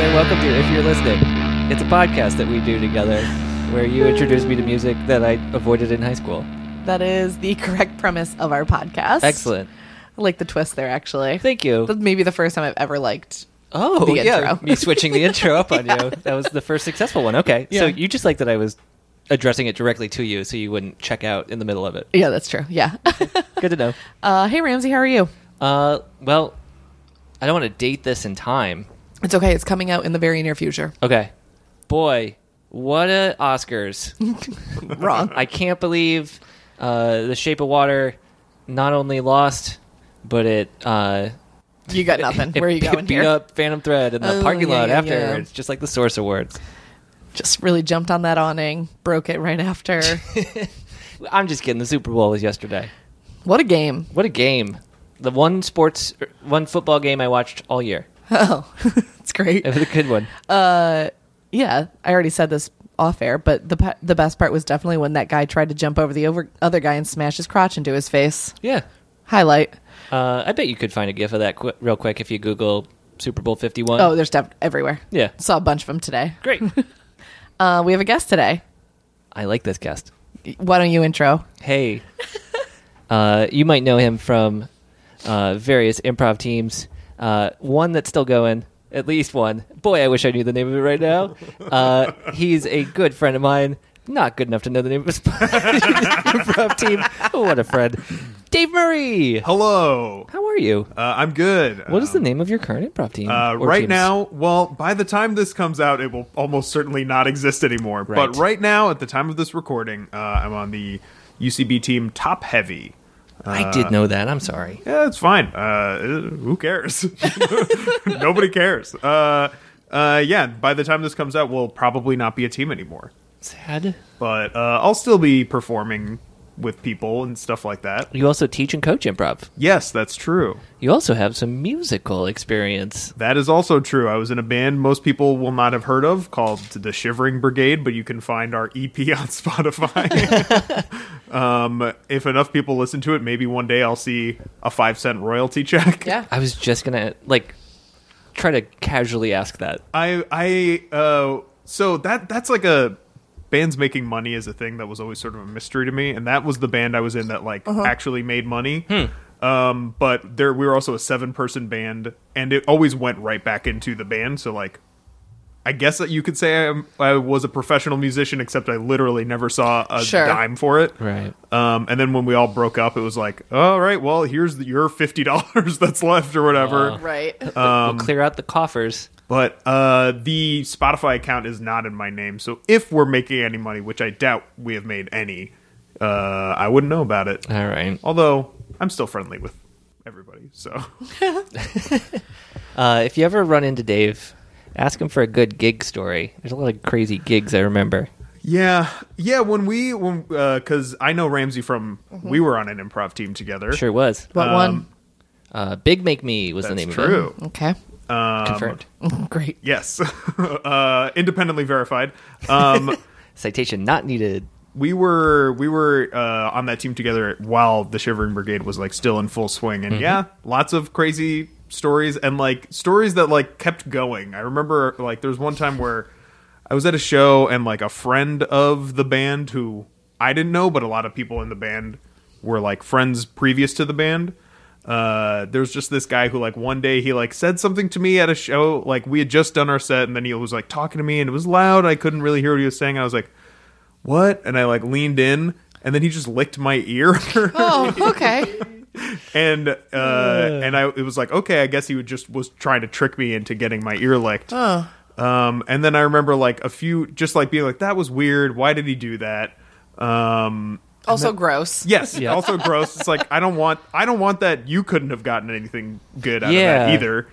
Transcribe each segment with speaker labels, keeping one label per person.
Speaker 1: if you're listening, it's a podcast that we do together where you introduce me to music that I avoided in high school.
Speaker 2: That is the correct premise of our podcast.
Speaker 1: Excellent.
Speaker 2: I like the twist there, actually.
Speaker 1: Thank you.
Speaker 2: That's maybe the first time I've ever liked.
Speaker 1: Oh,
Speaker 2: the
Speaker 1: yeah.
Speaker 2: intro.
Speaker 1: Me switching the intro up on you. That was the first successful one. Okay. So
Speaker 2: Yeah.
Speaker 1: you just like that I was addressing it directly to you so you wouldn't check out in the middle of it.
Speaker 2: Yeah, that's true. Yeah.
Speaker 1: Good to know.
Speaker 2: uh, hey, Ramsey, how are you?
Speaker 1: Uh, well, I don't want to date this in time.
Speaker 2: It's okay. It's coming out in the very near future.
Speaker 1: Okay. Boy, what a Oscars.
Speaker 2: Wrong.
Speaker 1: I can't believe uh, The Shape of Water not only lost, but it. Uh,
Speaker 2: You got nothing.
Speaker 1: it
Speaker 2: Where are you
Speaker 1: beat-
Speaker 2: going
Speaker 1: beat
Speaker 2: here?
Speaker 1: up Phantom Thread in the
Speaker 2: Oh,
Speaker 1: parking
Speaker 2: yeah,
Speaker 1: lot
Speaker 2: yeah, yeah.
Speaker 1: afterwards, just like the Source Awards.
Speaker 2: Just really jumped on that awning, broke it right after.
Speaker 1: I'm just kidding. The Super Bowl was yesterday.
Speaker 2: what a game.
Speaker 1: What a game! The one sports, er, one football game I watched all year.
Speaker 2: Oh, it's great. Uh,
Speaker 1: It was a good one.
Speaker 2: yeah, I already said this off air, but the pa- the best part was definitely when that guy tried to jump over the over- other guy and smash his crotch into his face.
Speaker 1: Yeah,
Speaker 2: Highlight.
Speaker 1: uh, I bet you could find a gif of that qu- real quick if you Google Super Bowl Fifty One.
Speaker 2: Oh, there's stuff everywhere.
Speaker 1: yeah,
Speaker 2: Saw a bunch of them today.
Speaker 1: great.
Speaker 2: Uh, we have a guest today.
Speaker 1: I like this guest.
Speaker 2: Why don't you intro?
Speaker 1: Hey, uh, you might know him from uh, various improv teams. Uh, one that's still going, at least one. Boy, I wish I knew the name of it right now. Uh, he's a good friend of mine. Not good enough to know the name of his improv team. Oh, What a friend, Dave Murray.
Speaker 3: Hello.
Speaker 1: How are you?
Speaker 3: Uh, I'm good.
Speaker 1: What is the name of your current improv team?
Speaker 3: Um, Uh,
Speaker 1: Or
Speaker 3: right
Speaker 1: teams?
Speaker 3: now, well, by the time this comes out, it will almost certainly not exist anymore. But
Speaker 1: Right.
Speaker 3: right now, at the time of this recording, uh, I'm on the UCB team top heavy.
Speaker 1: I
Speaker 3: uh,
Speaker 1: did know that. I'm sorry.
Speaker 3: Yeah, it's fine. Uh, who cares? Nobody cares. Uh, uh, yeah, by the time this comes out, we'll probably not be a team anymore.
Speaker 1: Sad.
Speaker 3: But uh, I'll still be performing with people and stuff like that.
Speaker 1: You also teach and coach improv.
Speaker 3: Yes, that's true.
Speaker 1: You also have some musical experience.
Speaker 3: That is also true. I was in a band most people will not have heard of called the Shivering Brigade, but you can find our EP on Spotify. um, if enough people listen to it, maybe one day I'll see a five cent royalty check.
Speaker 1: I was just gonna like try to casually ask that.
Speaker 3: I I uh, so that that's like a bands making money is a thing that was always sort of a mystery to me, and that was the band I was in that like actually made money. Um, but there we were also a seven person band, and it always went right back into the band. So like, I guess that you could say I'm, I was a professional musician, except I literally never saw a
Speaker 2: Sure.
Speaker 3: dime for it.
Speaker 1: Right.
Speaker 3: Um, and then when we all broke up, it was like, all right, well, here's the, your fifty dollars that's left or whatever.
Speaker 2: Right.
Speaker 3: Um,
Speaker 1: we'll clear out the coffers.
Speaker 3: But uh, the Spotify account is not in my name, so if we're making any money, which I doubt we have made any, uh, I wouldn't know about it.
Speaker 1: All right.
Speaker 3: Although I'm still friendly with everybody, so
Speaker 1: Uh, if you ever run into Dave, ask him for a good gig story. There's a lot of crazy gigs I remember.
Speaker 3: yeah, yeah. When we when because I know Ramsey from we were on an improv team together.
Speaker 1: Sure was.
Speaker 2: What one?
Speaker 1: Uh, Big Make Me was the
Speaker 3: that's
Speaker 1: name of
Speaker 3: true. Um,
Speaker 2: Okay.
Speaker 1: it. Confirmed.
Speaker 2: Great.
Speaker 3: Yes, uh, independently verified. Um,
Speaker 1: Citation not needed.
Speaker 3: we were we were uh, on that team together while the Shivering Brigade was like still in full swing, and yeah, lots of crazy stories and like stories that like kept going. I remember like there was one time where I was at a show and like a friend of the band who I didn't know, but a lot of people in the band were like friends previous to the band. Uh, there was just this guy who like one day he like said something to me at a show like we had just done our set and then he was like talking to me and it was loud I couldn't really hear what he was saying and I was like what? And I like leaned in, and then he just licked my ear.
Speaker 2: Oh, okay.
Speaker 3: and uh, and I it was like, okay, I guess he would just was trying to trick me into getting my ear licked. Um, and then I remember like a few, just like being like, that was weird. Why did he do that? Um,
Speaker 2: Also gross.
Speaker 3: yes, also gross. It's like I don't want, I don't want that. You couldn't have gotten anything good out of
Speaker 1: Yeah.
Speaker 3: that either.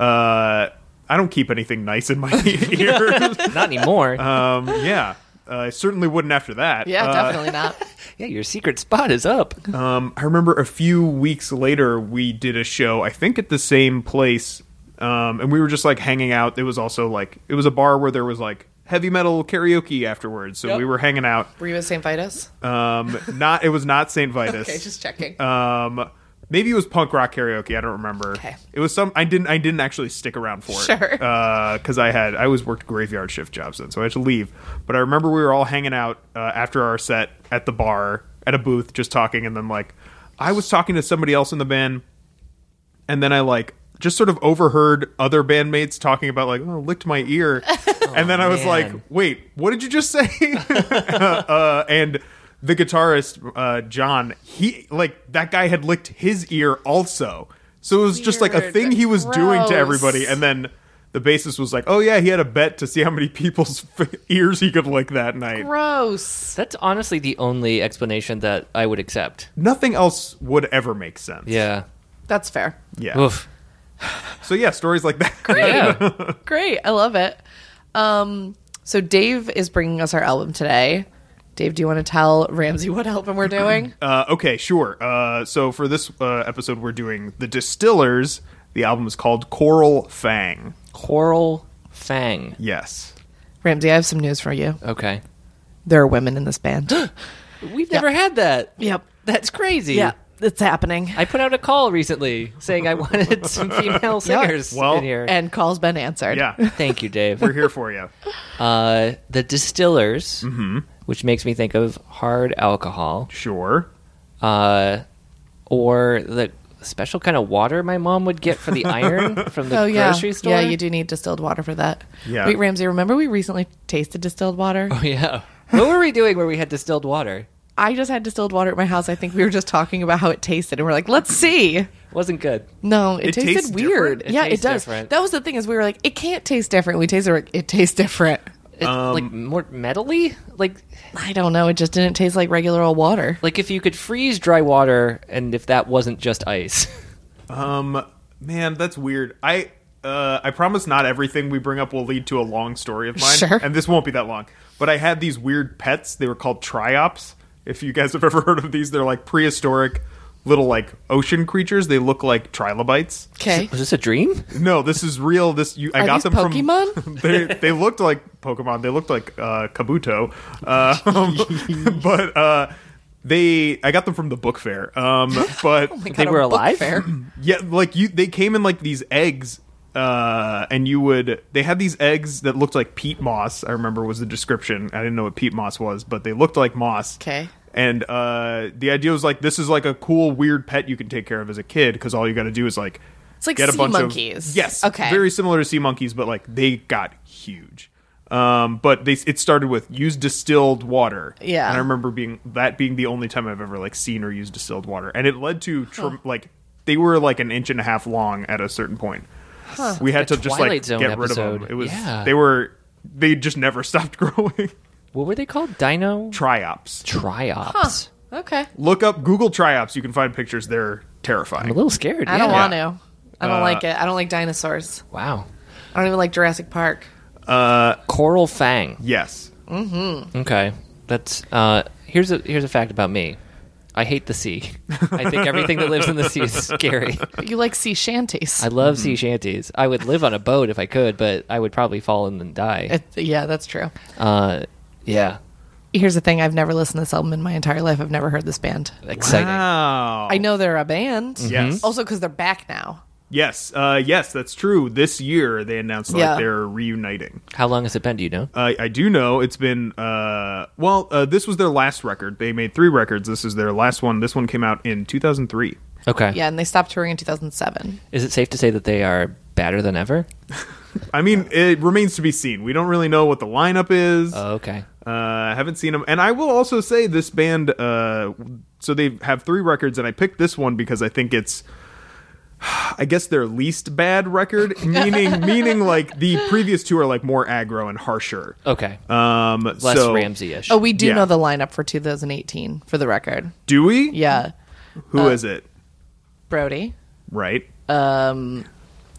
Speaker 3: Uh, I don't keep anything nice in my ears.
Speaker 1: Not anymore.
Speaker 3: um, yeah, uh, I certainly wouldn't after that.
Speaker 2: Yeah,
Speaker 3: Uh,
Speaker 2: definitely not.
Speaker 1: yeah, your secret spot is up.
Speaker 3: Um, I remember a few weeks later we did a show, I think at the same place, um, and we were just like hanging out. It was also like it was a bar where there was like heavy metal karaoke afterwards, so
Speaker 1: Yep.
Speaker 3: we were hanging out.
Speaker 2: Were you at St. Vitus?
Speaker 3: Um, not it was not St. Vitus.
Speaker 2: Uh, Okay, just checking.
Speaker 3: um, Maybe it was punk rock karaoke. I don't remember.
Speaker 2: Okay.
Speaker 3: It was some. I didn't. I didn't actually stick around for it.
Speaker 2: Sure.
Speaker 3: Because I had. I always worked graveyard shift jobs then, so I had to leave. But I remember we were all hanging out uh, after our set at the bar at a booth, just talking, and then like I was talking to somebody else in the band, and then I like just sort of overheard other bandmates talking about like oh, licked my ear,
Speaker 2: Oh,
Speaker 3: and then I was
Speaker 1: man.
Speaker 3: like, wait, what did you just say? uh, and the guitarist uh, John, he like that guy had licked his ear also, so it was just like a
Speaker 2: Weird.
Speaker 3: thing he was doing to
Speaker 2: Gross.
Speaker 3: everybody. And then the bassist was like, oh yeah, he had a bet to see how many people's ears he could lick that night.
Speaker 2: Gross.
Speaker 1: That's honestly the only explanation that I would accept.
Speaker 3: Nothing else would ever make sense.
Speaker 1: Yeah.
Speaker 2: That's fair.
Speaker 3: yeah.
Speaker 1: Oof.
Speaker 3: So yeah, stories like that.
Speaker 1: Yeah.
Speaker 2: Great. I love it. Um, so Dave is bringing us our album today. Dave, do you want to tell Ramsey what album we're doing?
Speaker 3: Uh, okay, sure. Uh, so for this uh, episode, we're doing The Distillers. The album is called Coral Fang.
Speaker 1: Coral Fang.
Speaker 3: Yes.
Speaker 2: Ramsey, I have some news for you.
Speaker 1: Okay.
Speaker 2: There are women in this band.
Speaker 1: We've never had that.
Speaker 2: yep.
Speaker 1: That's crazy.
Speaker 2: Yeah, it's happening.
Speaker 1: I put out a call recently saying I wanted some female singers
Speaker 3: Well-
Speaker 1: in here.
Speaker 2: And call's been answered.
Speaker 3: Yeah.
Speaker 1: Thank you, Dave.
Speaker 3: we're here for you.
Speaker 1: Uh, the Distillers, which makes me think of hard alcohol,
Speaker 3: Sure.
Speaker 1: uh, or the special kind of water my mom would get for the iron from the
Speaker 2: Oh yeah,
Speaker 1: grocery store.
Speaker 2: yeah. You do need distilled water for that.
Speaker 3: Yeah.
Speaker 2: Wait, Ramsey, remember we recently tasted distilled water?
Speaker 1: Oh, yeah. What were we doing where we had distilled water?
Speaker 2: I just had distilled water at my house. I think we were just talking about how it tasted, and we're like, let's see.
Speaker 1: Wasn't good.
Speaker 2: No, it,
Speaker 3: It tastes
Speaker 2: tasted weird.
Speaker 3: different?
Speaker 1: It
Speaker 2: yeah, it
Speaker 1: tastes
Speaker 2: does.
Speaker 1: different.
Speaker 2: That was the thing is we were like, it can't taste different. We tasted it, it tastes different.
Speaker 1: It, like more metally? Like
Speaker 2: I don't know. It just didn't taste like regular old water.
Speaker 1: like if you could freeze dry water and if that wasn't just ice.
Speaker 3: Um, man, that's weird. I uh, I promise not everything we bring up will lead to a long story of mine,
Speaker 2: Sure.
Speaker 3: and this won't be that long. But I had these weird pets. They were called triops. If you guys have ever heard of these, they're like prehistoric little like ocean creatures. They look like trilobites.
Speaker 2: Okay.
Speaker 1: Was this a dream?
Speaker 3: No, this is real. This you I
Speaker 2: Are
Speaker 3: got
Speaker 2: these
Speaker 3: them from
Speaker 2: Pokemon?
Speaker 3: they they looked like Pokemon. They looked like uh, Kabuto. Uh, but uh, they I got them from the book fair. Um,
Speaker 2: Oh
Speaker 3: but
Speaker 1: They were alive?
Speaker 2: Fair.
Speaker 3: yeah, like you, they came in like these eggs, uh, and you would. They had these eggs that looked like peat moss. I remember was the description. I didn't know what peat moss was, but they looked like moss.
Speaker 2: 'Kay.
Speaker 3: And uh, the idea was like this is like a cool weird pet you can take care of as a kid because all you got to do is like
Speaker 2: It's like
Speaker 3: get a
Speaker 2: sea
Speaker 3: bunch
Speaker 2: monkeys.
Speaker 3: Of, yes.
Speaker 2: Okay.
Speaker 3: Very similar to sea monkeys, but like they got huge. Um, but they it started with use distilled water.
Speaker 2: Yeah.
Speaker 3: And I remember being that being the only time I've ever like seen or used distilled water, and it led to tr- like they were like an inch and a half long at a certain point. We had
Speaker 1: a
Speaker 3: to just
Speaker 1: Twilight
Speaker 3: like
Speaker 1: Zone
Speaker 3: get rid of them.
Speaker 1: episode.
Speaker 3: It was
Speaker 1: Yeah.
Speaker 3: they were they just never stopped growing.
Speaker 1: What were they called? Dino
Speaker 3: triops.
Speaker 1: triops.
Speaker 2: Okay.
Speaker 3: Look up Google triops. You can find pictures. They're
Speaker 1: I'm a
Speaker 3: terrifying.
Speaker 1: little scared.
Speaker 2: I don't
Speaker 1: yeah.
Speaker 2: want to. I don't
Speaker 3: Uh,
Speaker 2: like it. I don't like dinosaurs.
Speaker 1: Wow.
Speaker 2: I don't even like Jurassic Park.
Speaker 1: Coral fang.
Speaker 3: Yes.
Speaker 1: Okay. That's uh here's a here's a fact about me. I hate the sea. I think everything that lives in the sea is scary.
Speaker 3: uh,
Speaker 2: But you like sea shanties.
Speaker 1: I love sea shanties. I would live on a boat if I could, but I would probably fall in and die.
Speaker 2: It- yeah, that's true.
Speaker 1: Uh yeah.
Speaker 2: Here's the thing: I've never listened to this album in my entire life. I've never heard this band.
Speaker 1: Exciting.
Speaker 3: Wow.
Speaker 2: I know they're a band.
Speaker 3: Yes.
Speaker 2: Also, because they're back now.
Speaker 3: Yes, uh, yes, that's true. This year they announced like
Speaker 2: Yeah.
Speaker 3: they're reuniting.
Speaker 1: How long has it been, do you know?
Speaker 3: Uh, I do know it's been uh, well. Uh, this was their last record. They made three records. This is their last one. This one came out in 2003.
Speaker 1: Okay.
Speaker 2: Yeah, and they stopped touring in 2007.
Speaker 1: Is it safe to say that they are badder than ever?
Speaker 3: I mean, it remains to be seen. We don't really know what the lineup is.
Speaker 1: Oh, okay.
Speaker 3: Uh, I haven't seen them, and I will also say this band. Uh, so they have three records, and I picked this one because I think it's, I guess their least bad record, meaning meaning like the previous two are like more aggro and harsher.
Speaker 1: Okay.
Speaker 3: Um,
Speaker 1: Less
Speaker 3: so
Speaker 1: Ramsey-ish.
Speaker 2: Oh, we do
Speaker 3: Yeah.
Speaker 2: know the lineup for 2018 for the record.
Speaker 3: do we?
Speaker 2: Yeah,
Speaker 3: Who
Speaker 1: uh,
Speaker 3: is it?
Speaker 2: Brody. um,
Speaker 3: Right?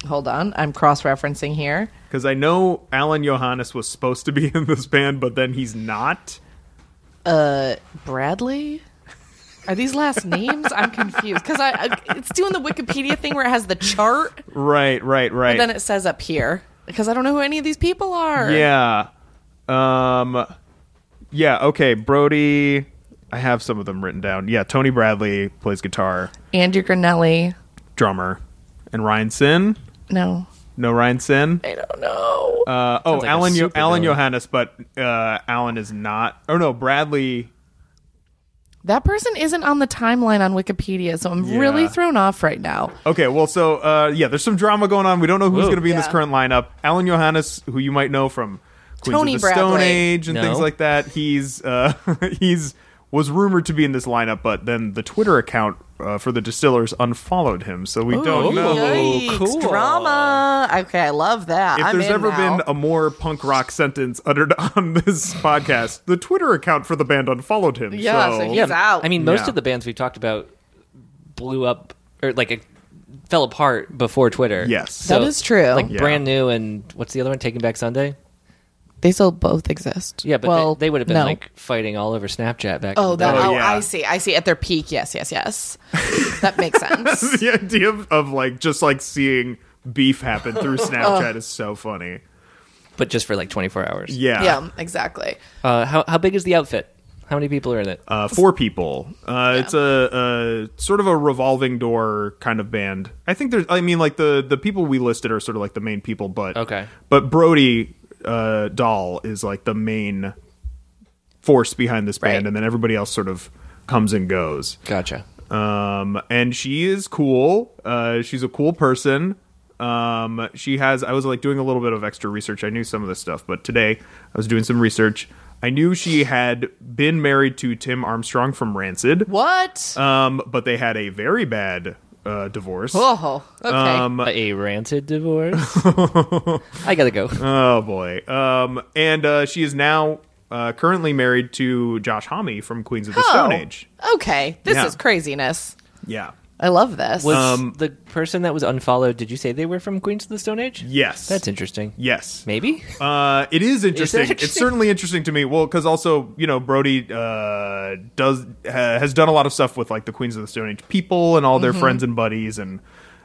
Speaker 2: Hold on, I'm cross-referencing here.
Speaker 3: Because I know Alan Johannes was supposed to be in this band, but then he's not.
Speaker 2: Bradley. Are these last names? I'm confused because I, I it's doing the Wikipedia thing where it has the chart,
Speaker 3: Right, right, right.
Speaker 2: then it says up here because I don't know who any of these people are.
Speaker 3: yeah. Um, yeah. Okay, Brody. I have some of them written down. Yeah, Tony Bradley plays guitar,
Speaker 2: Andrew Grinelli.
Speaker 3: drummer, and Ryan Sin.
Speaker 2: No,
Speaker 3: No Ryan Sin.
Speaker 2: I don't know.
Speaker 3: Uh, oh,
Speaker 1: Sounds like a
Speaker 3: Alan Yo-
Speaker 1: supervillain.
Speaker 3: Alan Johannes, but uh, Alan is not. Oh no, Bradley.
Speaker 2: that person isn't on the timeline on Wikipedia, so I'm really
Speaker 3: Yeah.
Speaker 2: thrown off right now.
Speaker 3: Okay, well, so uh, yeah, there's some drama going on. We don't know who's
Speaker 1: Whoa.
Speaker 3: going to be in this
Speaker 2: Yeah.
Speaker 3: current lineup. Alan Johannes, who you might know from Queens
Speaker 2: Tony
Speaker 3: of the Stone
Speaker 2: Bradley.
Speaker 3: Age and
Speaker 1: No.
Speaker 3: things like that, he's uh, he's was rumored to be in this lineup, but then the Twitter account uh, for the Distillers unfollowed him, so we
Speaker 1: Oh.
Speaker 3: don't know.
Speaker 1: Yikes, cool.
Speaker 2: Oh, Drama. Okay, I love that.
Speaker 3: If
Speaker 2: I'm
Speaker 3: there's
Speaker 2: in
Speaker 3: ever
Speaker 2: now.
Speaker 3: been a more punk rock sentence uttered on this podcast, the Twitter account for the band unfollowed him.
Speaker 2: Yeah, so
Speaker 3: so
Speaker 2: he- He's out.
Speaker 1: I mean, most
Speaker 3: Yeah.
Speaker 1: of the bands we've talked about blew up or like it fell apart before Twitter.
Speaker 3: Yes.
Speaker 2: That is true.
Speaker 1: Like
Speaker 3: Yeah.
Speaker 1: brand new and what's the other one? Taking Back Sunday.
Speaker 2: they still both exist.
Speaker 1: Yeah, but
Speaker 2: well,
Speaker 1: they, they would have been
Speaker 2: no.
Speaker 1: like fighting all over Snapchat back.
Speaker 2: Oh,
Speaker 1: in the day.
Speaker 2: that,
Speaker 3: Oh,
Speaker 2: oh,
Speaker 3: yeah.
Speaker 2: I see. I see. At their peak, yes, yes, yes. That makes sense.
Speaker 3: the idea of, of like just like seeing beef happen through
Speaker 2: Oh.
Speaker 3: Snapchat is so funny.
Speaker 1: but just for like 24 hours.
Speaker 3: Yeah.
Speaker 2: yeah, exactly.
Speaker 1: Uh, how how big is the outfit? How many people are in it?
Speaker 3: Uh, four people. Uh, It's a, a sort of a revolving door kind of band. I think there's. I mean, like the the people we listed are sort of like the main people, but
Speaker 1: Okay.
Speaker 3: But Brody uh, Doll is like the main force behind this band,
Speaker 2: Right.
Speaker 3: and then everybody else sort of comes and goes.
Speaker 1: Gotcha.
Speaker 3: um and she is cool uh she's a cool person um she has i was like doing a little bit of extra research i knew some of this stuff but today i was doing some research i knew she had been married to tim armstrong from rancid
Speaker 2: What?
Speaker 3: um but they had a very bad uh divorce
Speaker 2: oh, okay.
Speaker 3: um
Speaker 1: a rancid divorce. I gotta go.
Speaker 3: oh boy um and uh she is now uh currently married to josh homme from queens of the stone
Speaker 2: Oh.
Speaker 3: age
Speaker 2: okay. This
Speaker 3: yeah.
Speaker 2: is craziness.
Speaker 3: yeah
Speaker 2: I love this.
Speaker 1: Was
Speaker 3: Um,
Speaker 1: the person that was unfollowed? Did you say they were from Queens of the Stone Age?
Speaker 3: yes
Speaker 1: That's interesting.
Speaker 3: yes
Speaker 1: Maybe.
Speaker 3: Uh, it is interesting.
Speaker 1: interesting?
Speaker 3: It's certainly interesting to me. Well, because also you know Brody uh, does uh, has done a lot of stuff with like the Queens of the Stone Age people and all their
Speaker 2: Mm-hmm.
Speaker 3: friends and buddies and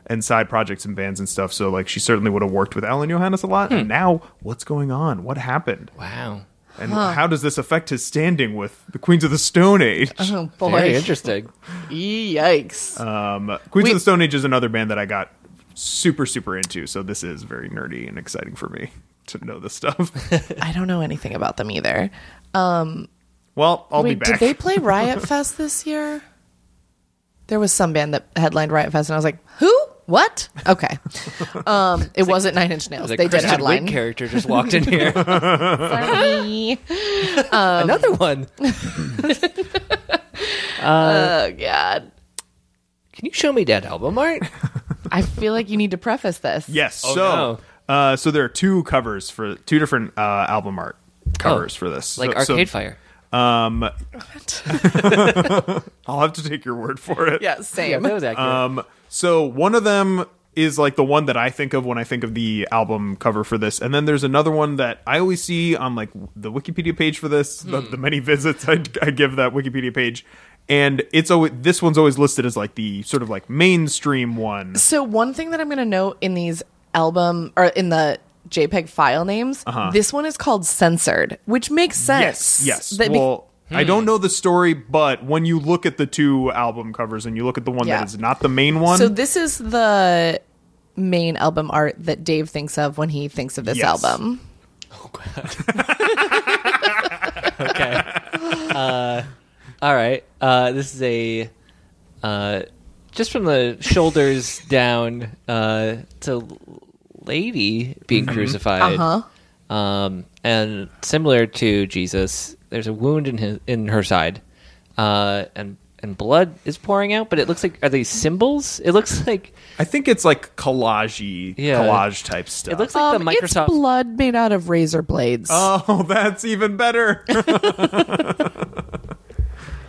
Speaker 3: and side projects and bands and stuff. So like she certainly would have worked with Alan Johannes a lot.
Speaker 2: Hmm.
Speaker 3: And now what's going on? What happened?
Speaker 1: Wow.
Speaker 3: And how does this affect his standing with the Queens of the Stone Age?
Speaker 2: oh
Speaker 1: Very
Speaker 2: boy!
Speaker 1: interesting.
Speaker 2: Yikes!
Speaker 3: Um, Queens
Speaker 2: We-
Speaker 3: of the Stone Age is another band that I got super super into. So this is very nerdy and exciting for me to know this stuff.
Speaker 2: I don't know anything about them either.
Speaker 3: well, I'll
Speaker 2: Wait,
Speaker 3: be
Speaker 2: did
Speaker 3: back.
Speaker 2: they play Riot Fest this year? There was some band that headlined Riot Fest, and I was like, "Who? What? Okay." Um, it wasn't Nine Inch Nails.
Speaker 1: The
Speaker 2: They did
Speaker 1: Kristen Wiig
Speaker 2: headline. Um,
Speaker 1: character just walked in here.
Speaker 2: Sorry.
Speaker 1: Another one.
Speaker 2: oh God!
Speaker 1: Can you show me that album art?
Speaker 2: I feel like you need to preface this.
Speaker 3: Yes.
Speaker 1: Oh,
Speaker 3: so, uh, so there are two covers for two different uh, album art covers
Speaker 1: Oh,
Speaker 3: for this,
Speaker 1: Like
Speaker 3: So- so,
Speaker 1: Arcade Fire.
Speaker 3: Um, I'll have to take your word for it.
Speaker 2: Yeah.
Speaker 1: Yeah,
Speaker 2: Same.
Speaker 1: that was accurate.
Speaker 3: Um, so one of them is like the one that I think of when I think of the album cover for this, and then there's another one that I always see on like the Wikipedia page for this. The,
Speaker 1: Hmm.
Speaker 3: the many visits I, I give that Wikipedia page, and it's always this one's always listed as like the sort of like mainstream one.
Speaker 2: So one thing that I'm going to note in these album or in the JPEG file names, this one is called censored, which makes sense.
Speaker 3: Uh-huh. Yes. Yes.
Speaker 2: That be- Hmm.
Speaker 3: well, I don't know the story, but when you look at the two album covers and you look at the one
Speaker 2: Yeah.
Speaker 3: that is not the main one,
Speaker 2: so this is the main album art that Dave thinks of when he thinks of this
Speaker 3: Yes.
Speaker 2: album.
Speaker 1: okay. Uh, all right. Uh, this is a uh, just from the shoulders down uh, to lady being crucified. Uh-huh. Um, and similar to Jesus, there's a wound in his, in her side, uh, and and blood is pouring out. But it looks like are these symbols? It looks like
Speaker 3: I think it's like collage
Speaker 1: Yeah.
Speaker 3: collage type stuff.
Speaker 1: it looks like
Speaker 2: Um,
Speaker 1: the
Speaker 2: It's
Speaker 1: Microsoft.
Speaker 2: blood made out of razor blades.
Speaker 3: oh, that's even better.
Speaker 1: Mhm.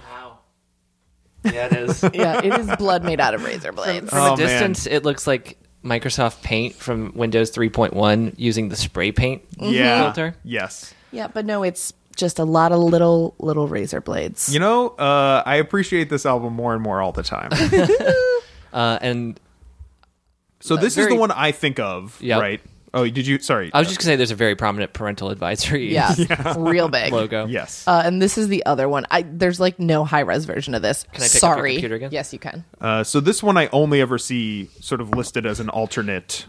Speaker 1: Wow. Yeah, it is.
Speaker 2: yeah, it is blood made out of razor blades.
Speaker 1: From
Speaker 3: Oh,
Speaker 1: a
Speaker 3: man.
Speaker 1: distance, it looks like Microsoft Paint from Windows 3.1 using the spray paint.
Speaker 3: yeah.
Speaker 1: Filter.
Speaker 3: Yes.
Speaker 2: yeah, but no, it's just a lot of little little razor blades.
Speaker 3: You know, uh, I appreciate this album more and more all the time.
Speaker 1: Uh, and
Speaker 3: So this is
Speaker 1: very-
Speaker 3: the one I think of,
Speaker 1: Yep.
Speaker 3: right? Oh, did you? Sorry.
Speaker 1: I was just gonna say there's a very prominent parental advisory
Speaker 2: Yeah, real big
Speaker 1: logo.
Speaker 3: yes.
Speaker 2: Uh, and this is the other one. I there's like no high res version of this.
Speaker 1: Can I pick up your
Speaker 2: Sorry.
Speaker 1: computer again?
Speaker 2: Yes, you can.
Speaker 3: Uh, so this one I only ever see sort of listed as an alternate.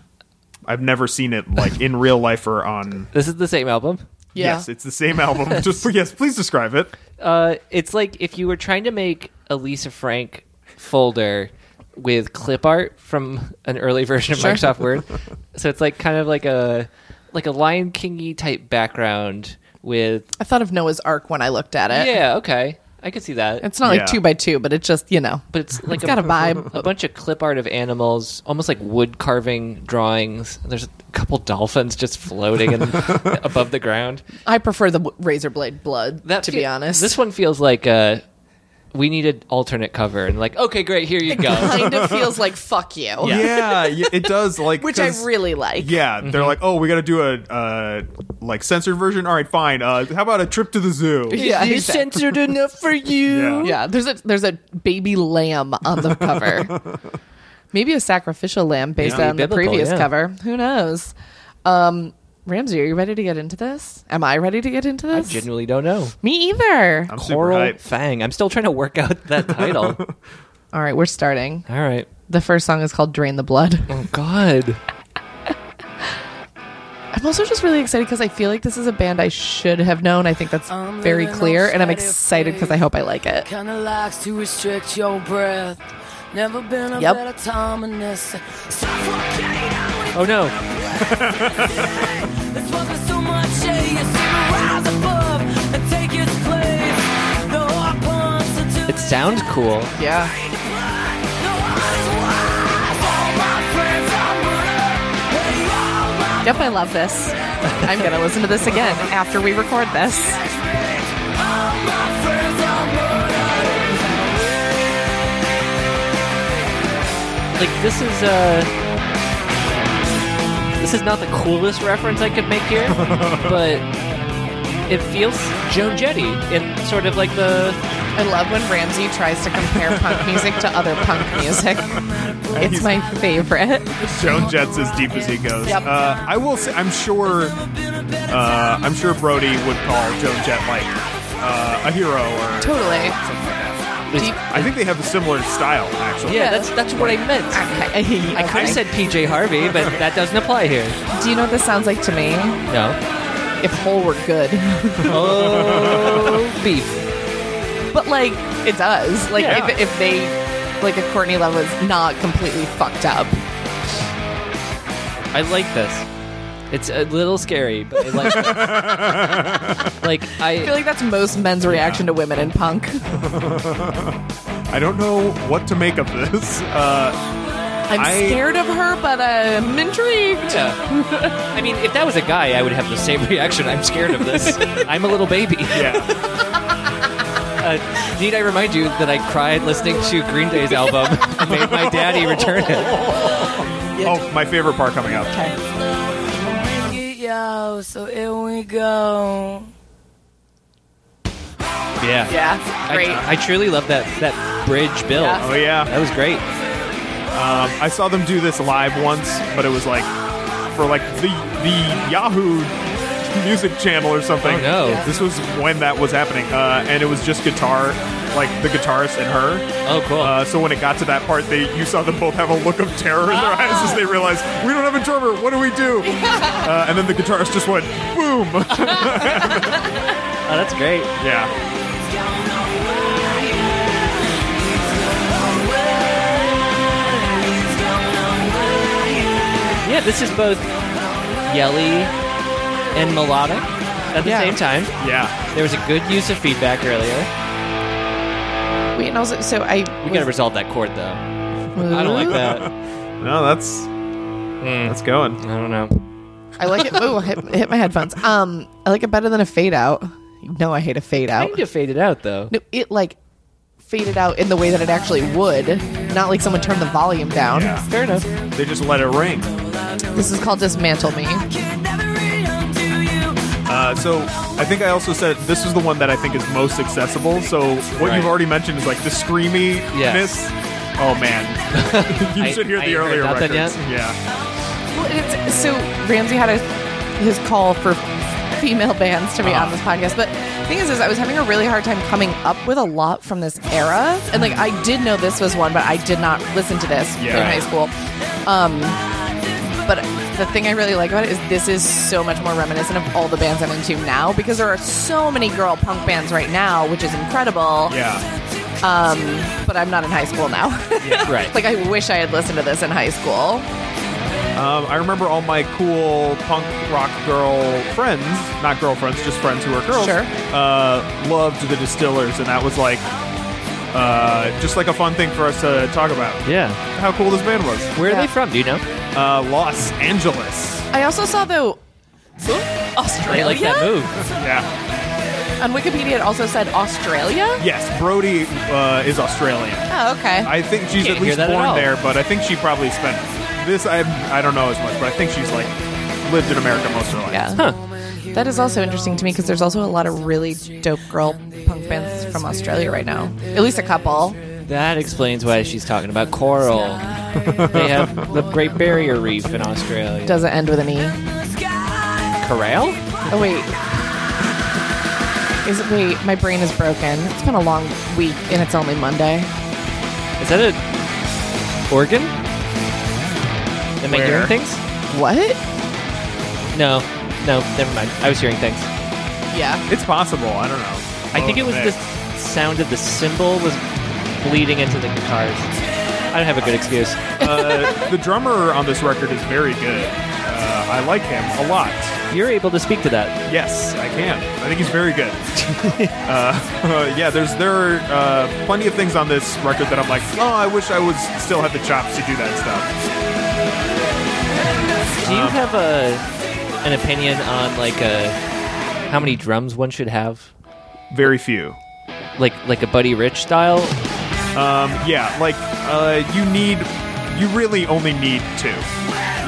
Speaker 3: I've never seen it like in real life or on.
Speaker 1: This is the same album.
Speaker 2: Yeah.
Speaker 3: Yes, it's the same album. just yes, please describe it.
Speaker 1: Uh, it's like if you were trying to make a Lisa Frank folder with clip art from an early version of
Speaker 2: Sure.
Speaker 1: Microsoft Word. so it's like kind of like a like a Lion Kingy type background with
Speaker 2: I thought of Noah's Ark when I looked at it.
Speaker 1: yeah, okay, I could see that.
Speaker 2: Uh, It's not
Speaker 3: Yeah.
Speaker 2: like two by two, but it's just you know.
Speaker 1: but it's like
Speaker 2: got a vibe.
Speaker 1: a bunch of clip art of animals, almost like wood carving drawings. There's a couple dolphins just floating in, above the ground.
Speaker 2: I prefer the w- razor blade blood.
Speaker 1: That
Speaker 2: to
Speaker 1: fe-
Speaker 2: be honest,
Speaker 1: this one feels like uh, we need an alternate cover, and like, okay, great, here you go.
Speaker 2: kind of feels like fuck you,
Speaker 1: Yeah.
Speaker 3: Oh, Yeah, y- it does. Like
Speaker 2: which I
Speaker 3: 'cause-
Speaker 2: really like. Mm-hmm.
Speaker 3: Yeah, they're like, oh, we got to do a uh, like censored version. All right, fine. Uh, how about a trip to the zoo?
Speaker 2: Yeah,
Speaker 1: Is this
Speaker 2: exactly.
Speaker 1: censored enough for you?
Speaker 3: Yeah.
Speaker 2: Yeah, there's a there's a baby lamb on the cover. Maybe a sacrificial lamb based
Speaker 1: Maybe
Speaker 2: on the
Speaker 1: biblical,
Speaker 2: previous
Speaker 1: yeah.
Speaker 2: cover. Who knows? Um, Ramsey, are you ready to get into this? Am I ready to get into
Speaker 1: I
Speaker 2: this?
Speaker 1: genuinely don't know.
Speaker 2: Me either.
Speaker 3: I'm super
Speaker 1: Coral
Speaker 3: hyped.
Speaker 1: Fang. I'm still trying to work out that title. All
Speaker 2: All right, we're starting.
Speaker 1: right.
Speaker 2: The first song is called Drain the Blood.
Speaker 1: Oh God.
Speaker 2: I'm also just really excited because I feel like this is a band I should have known. I think that's
Speaker 4: I'm
Speaker 2: very
Speaker 4: living
Speaker 2: clear, and I'm
Speaker 4: outside
Speaker 2: excited
Speaker 4: of
Speaker 2: because I hope I like it.
Speaker 4: Kinda likes to restrict your breath. Never been a
Speaker 2: Yep.
Speaker 4: better time in this. Suffocate out
Speaker 1: Oh no.
Speaker 4: It's worth so much air. You see me rise above and take its place. The heart pumps into
Speaker 1: It sounds cool.
Speaker 2: Yeah.
Speaker 4: The heart is wise. All my friends are murdered. They all my
Speaker 2: Yep, I love this. I'm going to listen to this again after we record this.
Speaker 4: best friends. All my friends are murdered.
Speaker 1: Like this is uh This is not the coolest reference I could make here, but it feels Joan Jetty in sort of like the
Speaker 2: I love when Ramsey tries to compare punk music to other punk music. It's my favorite.
Speaker 3: Joan Jett's as deep as he goes.
Speaker 2: Yep.
Speaker 3: Uh, I will say, I'm sure, uh, I'm sure Brody would call Joan Jett like uh, a hero or.
Speaker 2: Totally.
Speaker 1: it's-
Speaker 2: Deep-
Speaker 3: I think they have a similar style, actually.
Speaker 1: Yeah, that's that's what I meant.
Speaker 2: Okay.
Speaker 1: I kind of said PJ Harvey, but that doesn't apply here.
Speaker 2: Do you know what this sounds like to me?
Speaker 1: No.
Speaker 2: If Hole were good.
Speaker 1: Oh, beef.
Speaker 2: But, like, it does. Like,
Speaker 1: Yeah.
Speaker 2: if, if they, like, if Courtney Love was not completely fucked up.
Speaker 1: I like this. It's a little scary, but I like this. like I,
Speaker 2: I feel like that's most men's reaction to women in punk.
Speaker 3: I don't know what to make of this. Uh,
Speaker 2: I'm
Speaker 3: I-
Speaker 2: scared of her, but I'm intrigued.
Speaker 1: yeah. I mean, if that was a guy, I would have the same reaction. I'm scared of this. I'm a little baby.
Speaker 3: yeah.
Speaker 1: Uh, need I remind you that I cried listening to Green Day's album and made my daddy return it?
Speaker 3: oh, my favorite part coming up.
Speaker 4: Freaky, yo, so here we go.
Speaker 1: Yeah.
Speaker 2: Yeah, great.
Speaker 1: I, I truly love that that bridge build.
Speaker 2: Yeah.
Speaker 3: Oh yeah.
Speaker 1: That was great.
Speaker 3: Um, I saw them do this live once, but it was like for like the the Yahoo music channel or something.
Speaker 1: Oh, no.
Speaker 3: This was when that was happening, uh, and it was just guitar, like the guitarist and her.
Speaker 1: Oh, cool.
Speaker 3: Uh, so when it got to that part, they you saw them both have a look of terror in their eyes as they realized we don't have a drummer. What do we do? Uh, and then the guitarist just went boom.
Speaker 1: oh, that's great.
Speaker 3: yeah.
Speaker 1: Yeah, this is both yelly and melodic at the
Speaker 2: Yeah.
Speaker 1: same time.
Speaker 3: Yeah.
Speaker 1: There was a good use of feedback earlier.
Speaker 2: Wait, and also, so I.
Speaker 1: uh, We gotta resolve that chord though. I don't like that. I
Speaker 3: No, that's
Speaker 1: Hmm.
Speaker 3: that's going.
Speaker 1: don't know.
Speaker 2: I like it. Oh, hit, hit my headphones. Um, I like it better than a fade out. You know, I hate a fade
Speaker 1: I
Speaker 2: out.
Speaker 1: need to fade it out though.
Speaker 2: No, it like faded out in the way that it actually would, not like someone turned the volume down.
Speaker 3: Yeah.
Speaker 1: Fair enough.
Speaker 3: They just let it ring.
Speaker 2: This is called dismantle me.
Speaker 4: Can never undo you.
Speaker 3: Uh, so I think I also said this is the one that I think is most accessible. So what
Speaker 1: Right.
Speaker 3: you've already mentioned is like the screaminess.
Speaker 1: Yes.
Speaker 3: Oh man, you
Speaker 1: I-
Speaker 3: should hear
Speaker 1: I
Speaker 3: the
Speaker 1: heard
Speaker 3: earlier
Speaker 1: nothing
Speaker 3: records.
Speaker 1: yet.
Speaker 3: Yeah.
Speaker 2: Well, it's, so Ramsey had a, his call for female bands to be on this podcast, but the thing is, is I was having a really hard time coming up with a lot from this era, and like I did know this was one, but I did not listen to this
Speaker 3: Yeah.
Speaker 2: in high school. Um, but the thing I really like about it is this is so much more reminiscent of all the bands I'm into now because there are so many girl punk bands right now, which is incredible.
Speaker 3: Yeah.
Speaker 2: Um, but I'm not in high school now.
Speaker 1: Right.
Speaker 2: like I wish I had listened to this in high school.
Speaker 3: Um, I remember all my cool punk rock girl friends, not girlfriends, just friends who were girls,
Speaker 2: Sure.
Speaker 3: uh, loved the distillers, and that was like uh, just like a fun thing for us to talk about.
Speaker 1: yeah.
Speaker 3: How cool this band was.
Speaker 1: Where
Speaker 2: Yeah.
Speaker 1: are they from? Do you know?
Speaker 3: Uh, Los Angeles.
Speaker 2: I also saw though Australia
Speaker 1: They like that move.
Speaker 3: Yeah.
Speaker 2: on Wikipedia. It also said Australia.
Speaker 3: Yes, Brody uh, is Australian.
Speaker 2: Oh, okay.
Speaker 3: I think she's
Speaker 1: Can't
Speaker 3: at
Speaker 1: hear
Speaker 3: least
Speaker 1: that at
Speaker 3: born
Speaker 1: all.
Speaker 3: there, but I think she probably spent this. I I don't know as much, but I think she's like lived in America most of her life.
Speaker 2: yeah. That is also interesting to me because there's also a lot of really dope girl punk bands from Australia right now. At least a couple.
Speaker 1: That explains why she's talking about coral. they have the Great Barrier Reef in Australia.
Speaker 2: Doesn't end with an E.
Speaker 1: Corral?
Speaker 2: Oh wait. Is it wait, my brain is broken. It's been a long week and it's only Monday.
Speaker 1: Is that a organ? Am I
Speaker 3: Where?
Speaker 1: hearing things?
Speaker 2: What?
Speaker 1: No, no, never mind. I was hearing things.
Speaker 2: Yeah.
Speaker 3: It's possible. I don't know.
Speaker 1: I think it was
Speaker 3: Oh,
Speaker 1: the
Speaker 3: man.
Speaker 1: sound of the cymbal was bleeding into the guitars. I don't have a good excuse.
Speaker 3: uh, the drummer on this record is very good. Uh, I like him a lot.
Speaker 1: You're able to speak to that.
Speaker 3: Yes, I can. I think he's very good. uh, yeah, there's there are uh, plenty of things on this record that I'm like, oh, I wish I was still had the chops to do that stuff.
Speaker 1: Do
Speaker 3: Uh-huh.
Speaker 1: you have a an opinion on like a how many drums one should have?
Speaker 3: Very few.
Speaker 1: Like like a Buddy Rich style?
Speaker 3: Um, yeah, like uh, you need, you really only need two.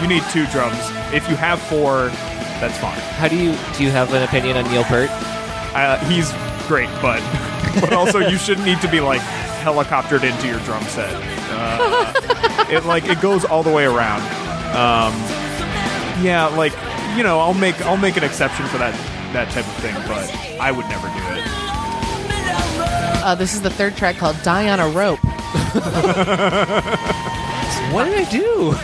Speaker 3: You need two drums. If you have four, that's fine.
Speaker 1: How do you do you have an opinion on Neil Peart?
Speaker 3: Uh, he's great, but but also you shouldn't need to be like helicoptered into your drum set. Uh, it like it goes all the way around. Um, yeah, like you know, I'll make I'll make an exception for that that type of thing, but I would never do it.
Speaker 2: Uh, this is the third track called Die on a Rope.
Speaker 1: What did I do?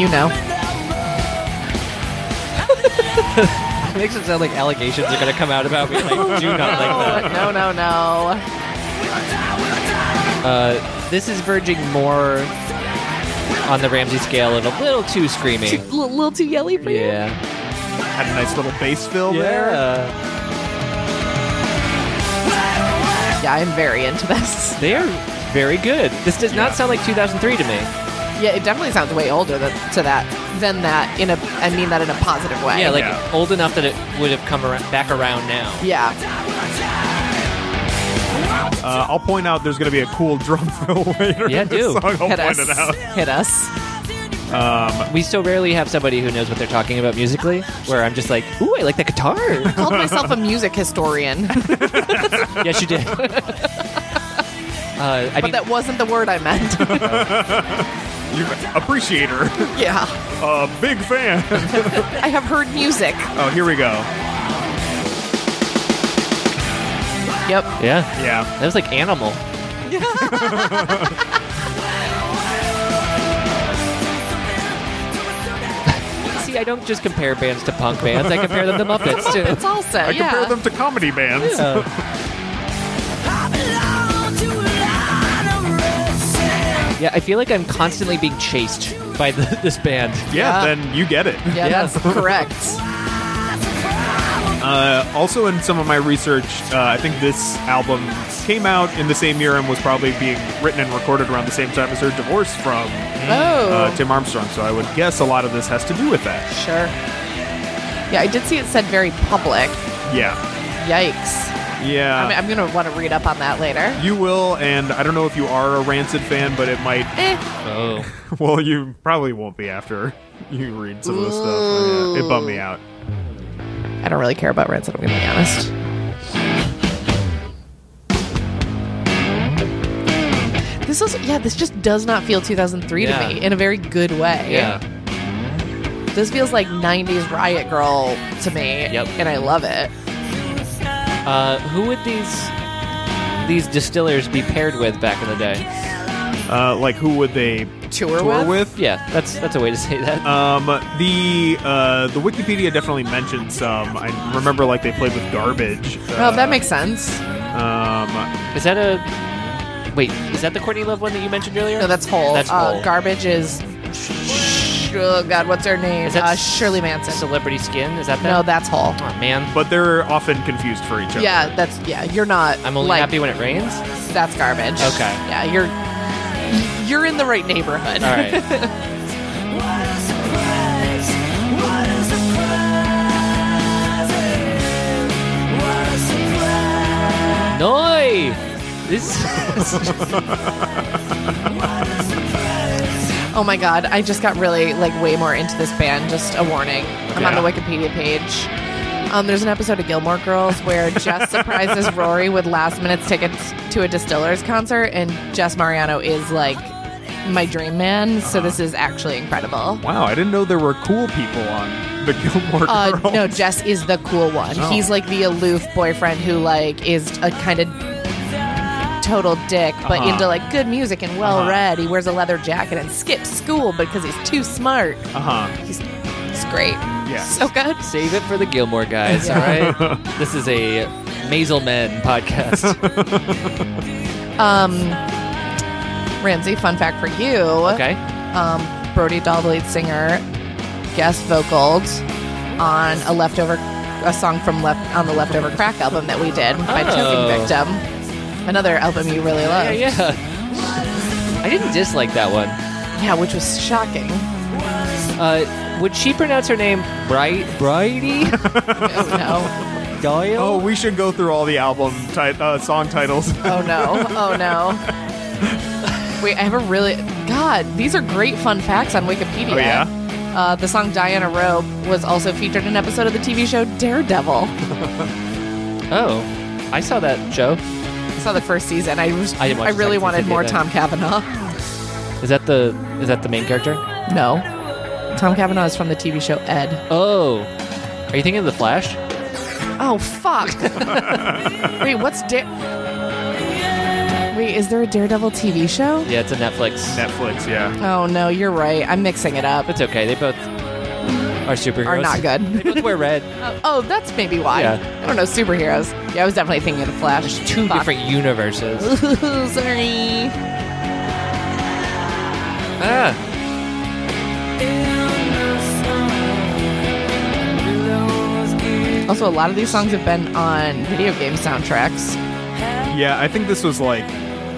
Speaker 2: You know.
Speaker 1: It makes it sound like allegations are gonna come out about me. Like, do not like that.
Speaker 2: no, no, no.
Speaker 1: Uh, this is verging more on the Ramsey scale and a little too
Speaker 2: Too,
Speaker 1: screaming.
Speaker 2: little, little too yelly for you?
Speaker 1: Yeah.
Speaker 3: Had a nice little bass fill there.
Speaker 1: Yeah.
Speaker 2: Yeah, I'm very into this.
Speaker 1: They are very good. This does
Speaker 3: Yeah.
Speaker 1: not sound like 2003 to me.
Speaker 2: Yeah, it definitely sounds way older than, to that than that. In a, I mean that in a positive way.
Speaker 1: Yeah, like
Speaker 3: Yeah.
Speaker 1: old enough that it would have come around, back around now.
Speaker 2: yeah.
Speaker 3: Uh, I'll point out there's going to be a cool drum fill later.
Speaker 1: Yeah,
Speaker 3: in this
Speaker 1: do.
Speaker 3: song. I'll
Speaker 2: Hit
Speaker 3: point
Speaker 2: us.
Speaker 3: it out.
Speaker 2: Hit us.
Speaker 1: We so rarely have somebody who knows what they're talking about musically, where I'm just like, ooh, I like that guitar.
Speaker 2: Called myself a music historian,
Speaker 1: yes, you did. uh, I
Speaker 2: but
Speaker 1: mean,
Speaker 2: that wasn't the word I meant.
Speaker 3: You're an appreciator,
Speaker 2: yeah,
Speaker 3: a Uh, big fan.
Speaker 2: I have heard music.
Speaker 3: oh, here we go.
Speaker 2: Yep.
Speaker 1: yeah,
Speaker 3: Yeah.
Speaker 1: that was like Animal. See, I don't just compare bands to punk bands. I compare them to Muppets
Speaker 2: It's
Speaker 1: too.
Speaker 2: also
Speaker 3: I
Speaker 2: yeah.
Speaker 3: compare them to comedy bands.
Speaker 1: Uh, yeah, I feel like I'm constantly being chased by the, this band.
Speaker 3: yeah,
Speaker 2: Yeah.
Speaker 3: then you get it.
Speaker 2: yeah,
Speaker 1: Yeah.
Speaker 2: that's correct.
Speaker 3: Uh, also, in some of my research, uh, I think this album came out in the same year and was probably being written and recorded around the same time as her divorce from
Speaker 2: Oh,
Speaker 3: uh, Tim Armstrong. So I would guess a lot of this has to do with that.
Speaker 2: sure. Yeah, I did see it said very public.
Speaker 3: Yeah,
Speaker 2: Yikes.
Speaker 3: yeah.
Speaker 2: I mean, I'm gonna want to read up on that later.
Speaker 3: you will, and I don't know if you are a Rancid fan, but it might.
Speaker 2: Eh.
Speaker 1: Oh,
Speaker 3: Well, you probably won't be after you read some of this stuff. Yeah, it bummed me out.
Speaker 2: I don't really care about Rancid. I'm gonna be honest. This also, yeah, this just does not feel 2003
Speaker 1: Yeah.
Speaker 2: to me in a very good way.
Speaker 1: Yeah.
Speaker 2: This feels like 90s Riot Girl to me.
Speaker 1: Yep.
Speaker 2: And I love it.
Speaker 1: Uh, who would these these distillers be paired with back in the day?
Speaker 3: Uh, like, who would they
Speaker 2: Tour with?
Speaker 1: Yeah, that's that's a way to say that.
Speaker 3: Um, the uh, the Wikipedia definitely mentioned some. I remember like they played with garbage.
Speaker 2: Well, Oh, that makes sense.
Speaker 3: Um,
Speaker 1: Is that a wait? Is that the Courtney Love one that you mentioned earlier?
Speaker 2: No, that's whole.
Speaker 1: That's
Speaker 2: uh,
Speaker 1: Hole.
Speaker 2: garbage is. Oh, God, what's her name?
Speaker 1: Is that
Speaker 2: uh, Shirley
Speaker 1: It's
Speaker 2: Manson.
Speaker 1: Celebrity Skin? Is that that?
Speaker 2: no, that's Hole.
Speaker 1: oh, man.
Speaker 3: but they're often confused for each other.
Speaker 2: Yeah, that's yeah. You're not.
Speaker 1: I'm only
Speaker 2: like,
Speaker 1: happy when it rains.
Speaker 2: that's garbage.
Speaker 1: Okay.
Speaker 2: Yeah, you're you're in the right neighborhood.
Speaker 1: All right.
Speaker 4: What a surprise! What a surprise! What a surprise!
Speaker 1: Noi! This
Speaker 2: Oh my god, I just got really like way more into this band. Just a warning. I'm on
Speaker 3: Yeah.
Speaker 2: the Wikipedia page. Um, there's an episode of Gilmore Girls where Jess surprises Rory with last minute tickets to a Distillers concert, and Jess Mariano is like my dream man. So this is actually incredible.
Speaker 3: Wow, I didn't know there were cool people on the Gilmore
Speaker 2: Uh,
Speaker 3: Girls.
Speaker 2: no, Jess is the cool one.
Speaker 3: Oh.
Speaker 2: He's like the aloof boyfriend who like is a kind of total dick, but
Speaker 3: Uh-huh.
Speaker 2: into like good music and well
Speaker 1: Uh-huh.
Speaker 2: read. He wears a leather jacket and skips school because he's too smart.
Speaker 3: Uh huh.
Speaker 2: He's it's great.
Speaker 3: Yeah.
Speaker 2: So good.
Speaker 1: save it for the Gilmore guys,
Speaker 2: Yeah.
Speaker 1: all right? This is a Maisel Men podcast.
Speaker 2: Um Ramsey, fun fact for you.
Speaker 1: Okay.
Speaker 2: Um Brody Dahl, the lead singer, guest vocaled on a leftover a song from left on the leftover crack album that we did by
Speaker 1: Oh.
Speaker 2: Choking Victim. Another album you really love.
Speaker 1: Yeah, yeah. I didn't dislike that one.
Speaker 2: Yeah, which was shocking.
Speaker 1: Uh, would she pronounce her name Bright Brighty
Speaker 2: Oh
Speaker 1: Doyle?
Speaker 3: Oh, we should go through all the album tit- uh, song titles.
Speaker 2: no. Oh no. Oh no. Wait, I have a really God, these are great fun facts on Wikipedia.
Speaker 3: Oh, yeah?
Speaker 2: Uh, the song Diana Robe was also featured in an episode of the TV show Daredevil.
Speaker 1: oh, I saw that show.
Speaker 2: I saw the first season. I was,
Speaker 1: I
Speaker 2: I,
Speaker 1: didn't watch the
Speaker 2: really
Speaker 1: second
Speaker 2: wanted
Speaker 1: season
Speaker 2: more
Speaker 1: either.
Speaker 2: Tom Cavanaugh.
Speaker 1: Is that the is that the main character?
Speaker 2: No. Tom Cavanaugh is from the TV show Ed.
Speaker 1: Oh, are you thinking of the Flash?
Speaker 2: Oh fuck. Wait, what's Dare Wait, is there a Daredevil TV show?
Speaker 1: Yeah, it's a Netflix.
Speaker 3: Netflix, yeah.
Speaker 2: Oh no, you're right. I'm mixing it up.
Speaker 1: It's okay. They both are superheroes.
Speaker 2: Are not
Speaker 1: They
Speaker 2: good.
Speaker 1: both wear red.
Speaker 2: Oh, that's maybe why.
Speaker 1: Yeah.
Speaker 2: I don't know superheroes. Yeah, I was definitely thinking of the Flash.
Speaker 1: Two
Speaker 2: Fuck.
Speaker 1: different universes.
Speaker 2: Sorry.
Speaker 1: Ah,
Speaker 2: Also, a lot of these songs have been on video game soundtracks.
Speaker 3: Yeah, I think this was like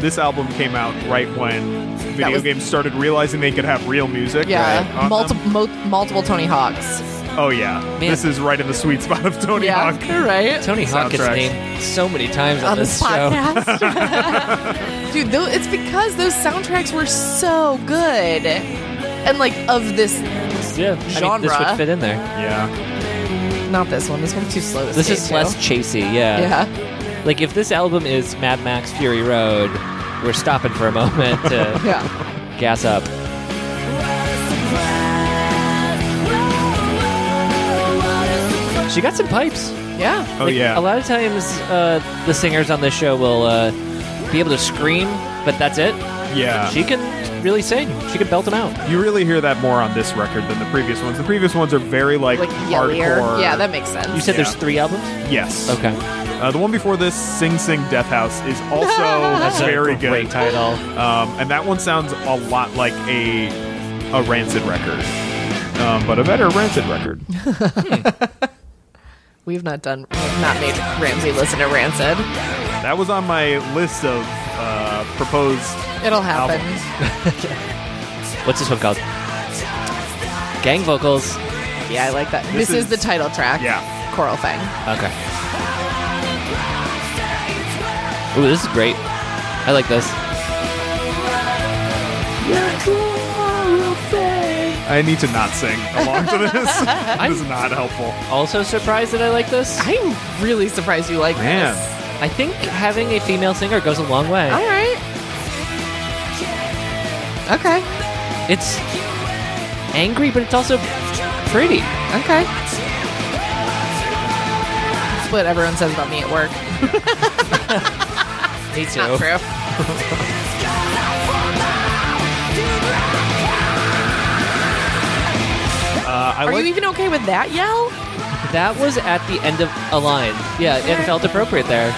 Speaker 3: this album came out right when video
Speaker 2: was-
Speaker 3: games started realizing they could have real music.
Speaker 1: Uh,
Speaker 2: Yeah,
Speaker 3: right,
Speaker 1: um,
Speaker 3: on
Speaker 2: multiple mo- multiple Tony Hawks.
Speaker 3: them. Oh yeah, this is right in the sweet spot of Tony
Speaker 2: yeah,
Speaker 3: Hawk.
Speaker 2: right.
Speaker 1: Tony Hawk gets
Speaker 3: Soundtracks.
Speaker 1: named so many times on,
Speaker 2: on this
Speaker 1: show.
Speaker 2: podcast. Dude, though, it's because those soundtracks were so good. And like of this,
Speaker 1: Yeah, I mean, this
Speaker 2: Genre.
Speaker 1: would fit in there.
Speaker 3: Yeah,
Speaker 2: not this one. This one's too slow. To
Speaker 1: This
Speaker 2: skate
Speaker 1: is
Speaker 2: to.
Speaker 1: less chasey, yeah.
Speaker 2: Yeah,
Speaker 1: Like if this album is Mad Max Fury Road, we're stopping for a moment to
Speaker 2: yeah.
Speaker 1: gas up. She got some pipes.
Speaker 2: Yeah.
Speaker 3: oh
Speaker 1: Like,
Speaker 3: yeah.
Speaker 1: A lot of times, uh, the singers on this show will uh, be able to scream, but that's it.
Speaker 3: Yeah.
Speaker 1: She can really sing. She can belt them out.
Speaker 3: you really hear that more on this record than the previous ones. The previous ones are very like,
Speaker 2: Like yellier.
Speaker 3: hardcore.
Speaker 2: Yeah, that makes sense.
Speaker 1: You said
Speaker 3: Yeah.
Speaker 1: there's three albums.
Speaker 3: yes.
Speaker 1: Okay,
Speaker 3: Uh, the one before this, Sing Sing Death House, is also
Speaker 1: that's
Speaker 3: very
Speaker 1: a great
Speaker 3: good.
Speaker 1: title.
Speaker 3: Um, and that one sounds a lot like a a Rancid record, um, but a better Rancid record.
Speaker 2: We've not done, not made Ramsey listen to Rancid.
Speaker 3: that was on my list of uh, proposed.
Speaker 2: It'll happen.
Speaker 3: Albums.
Speaker 1: What's this one called? Gang vocals.
Speaker 2: Yeah, I like that.
Speaker 3: This
Speaker 2: This, is,
Speaker 3: is-
Speaker 2: the title track.
Speaker 3: Yeah.
Speaker 2: Coral Fang.
Speaker 1: Okay. Ooh, this is great. I like this.
Speaker 3: I need to not sing along to this. this is
Speaker 1: I'm-
Speaker 3: not helpful.
Speaker 1: Also surprised that I like this.
Speaker 2: I'm really surprised you like
Speaker 3: Man.
Speaker 2: this.
Speaker 1: I think having a female singer goes a long way.
Speaker 2: All right. Okay.
Speaker 1: It's angry, but it's also pretty.
Speaker 2: Okay. That's what everyone says about me at work.
Speaker 1: Me too.
Speaker 2: Not true.
Speaker 3: Uh, I
Speaker 2: Are
Speaker 3: like
Speaker 2: you even okay with that yell?
Speaker 1: That was at the end of a line. Yeah, it felt appropriate there.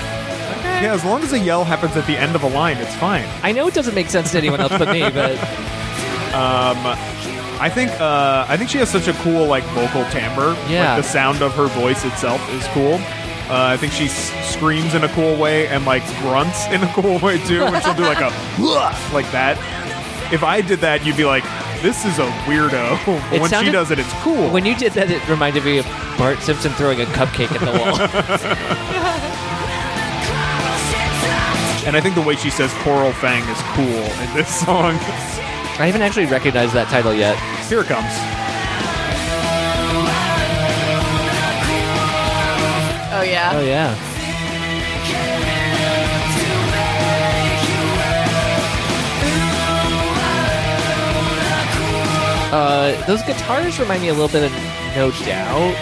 Speaker 3: yeah, as long as a yell happens at the end of a line, it's fine.
Speaker 1: I know it doesn't make sense to anyone else but me, but
Speaker 3: I think uh, I think she has such a cool like vocal timbre.
Speaker 1: Yeah.
Speaker 3: like, the sound of her voice itself is cool. Uh, I think she s- screams in a cool way and like grunts in a cool way too. And she'll do like a like that. If I did that, you'd be like, "This is a weirdo." But
Speaker 1: It
Speaker 3: when she
Speaker 1: sounded-
Speaker 3: does it, it's cool.
Speaker 1: when you did that, it reminded me of Bart Simpson throwing a cupcake at the wall.
Speaker 3: and I think the way she says "Coral Fang" is cool in this song.
Speaker 1: I haven't actually recognized that title yet.
Speaker 3: Here it comes.
Speaker 2: Oh yeah.
Speaker 3: Uh,
Speaker 1: Oh yeah, uh, those guitars remind me a little bit of No Doubt.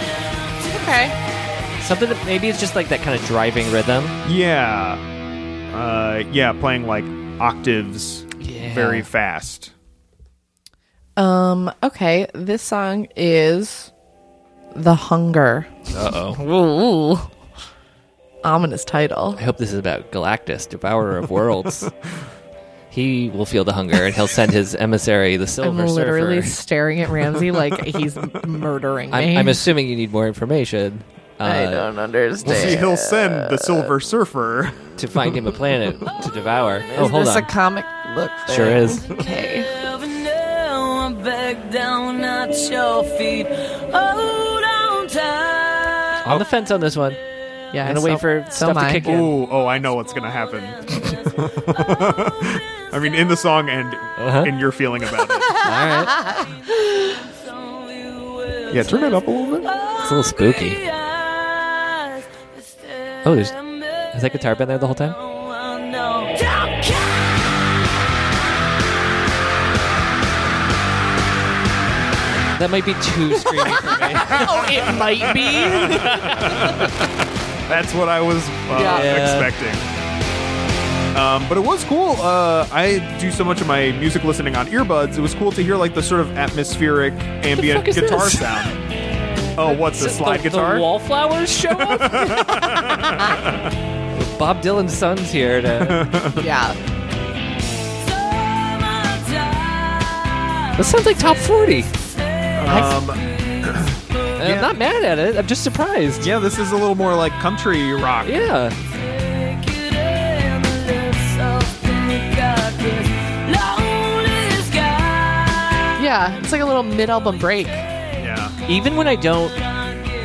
Speaker 2: Okay.
Speaker 1: Something that maybe it's just like that kind of driving rhythm.
Speaker 3: Yeah, uh, yeah, playing like octaves
Speaker 1: Yeah.
Speaker 3: very fast.
Speaker 2: Um. Okay. This song is "The Hunger."
Speaker 1: Uh oh.
Speaker 2: Ooh. Ominous title.
Speaker 1: I hope this is about Galactus, devourer of worlds. he will feel the hunger, and he'll send his emissary, the Silver
Speaker 2: I'm literally
Speaker 1: Surfer.
Speaker 2: staring at Ramsey like he's murdering me.
Speaker 1: I'm, I'm assuming you need more information.
Speaker 2: I
Speaker 1: uh,
Speaker 2: don't understand.
Speaker 3: See, he'll send the Silver Surfer.
Speaker 1: to find him a planet to devour. oh,
Speaker 2: is
Speaker 1: hold
Speaker 2: this
Speaker 1: on.
Speaker 2: a comic book? thing?
Speaker 1: Sure is.
Speaker 2: Okay.
Speaker 4: Back down at your feet. Hold on tight.
Speaker 1: on the fence on this one.
Speaker 2: Yeah.
Speaker 1: I'm gonna wait
Speaker 2: so-
Speaker 1: for
Speaker 2: so
Speaker 1: stuff
Speaker 2: am
Speaker 1: to
Speaker 2: I.
Speaker 1: kick in.
Speaker 3: Ooh, oh, I know what's gonna happen. I mean, in the song and
Speaker 1: Uh-huh.
Speaker 3: in your feeling about it.
Speaker 1: All right,
Speaker 3: yeah, turn it up a little bit.
Speaker 1: it's a little spooky. Oh, there's- Has that guitar been there the whole time? That might be too screaming for me.
Speaker 2: Oh, it might be.
Speaker 3: That's what I was uh,
Speaker 2: Yeah.
Speaker 1: Yeah.
Speaker 3: expecting. Um, but it was cool. Uh, I do so much of my music listening on earbuds. It was cool to hear like the sort of atmospheric ambient
Speaker 1: fuck is
Speaker 3: guitar
Speaker 1: this?
Speaker 3: sound. Oh, what's the
Speaker 1: The-
Speaker 3: slide
Speaker 1: the,
Speaker 3: guitar?
Speaker 1: wallflowers show up. Bob Dylan's son's here to.
Speaker 2: yeah. This sounds like top forty.
Speaker 3: um,
Speaker 1: And I'm
Speaker 3: Yeah.
Speaker 1: not mad at it. I'm just surprised.
Speaker 3: yeah, this is a little more like country rock.
Speaker 1: Yeah.
Speaker 2: Yeah. It's like a little mid-album break.
Speaker 3: Yeah.
Speaker 1: Even when I don't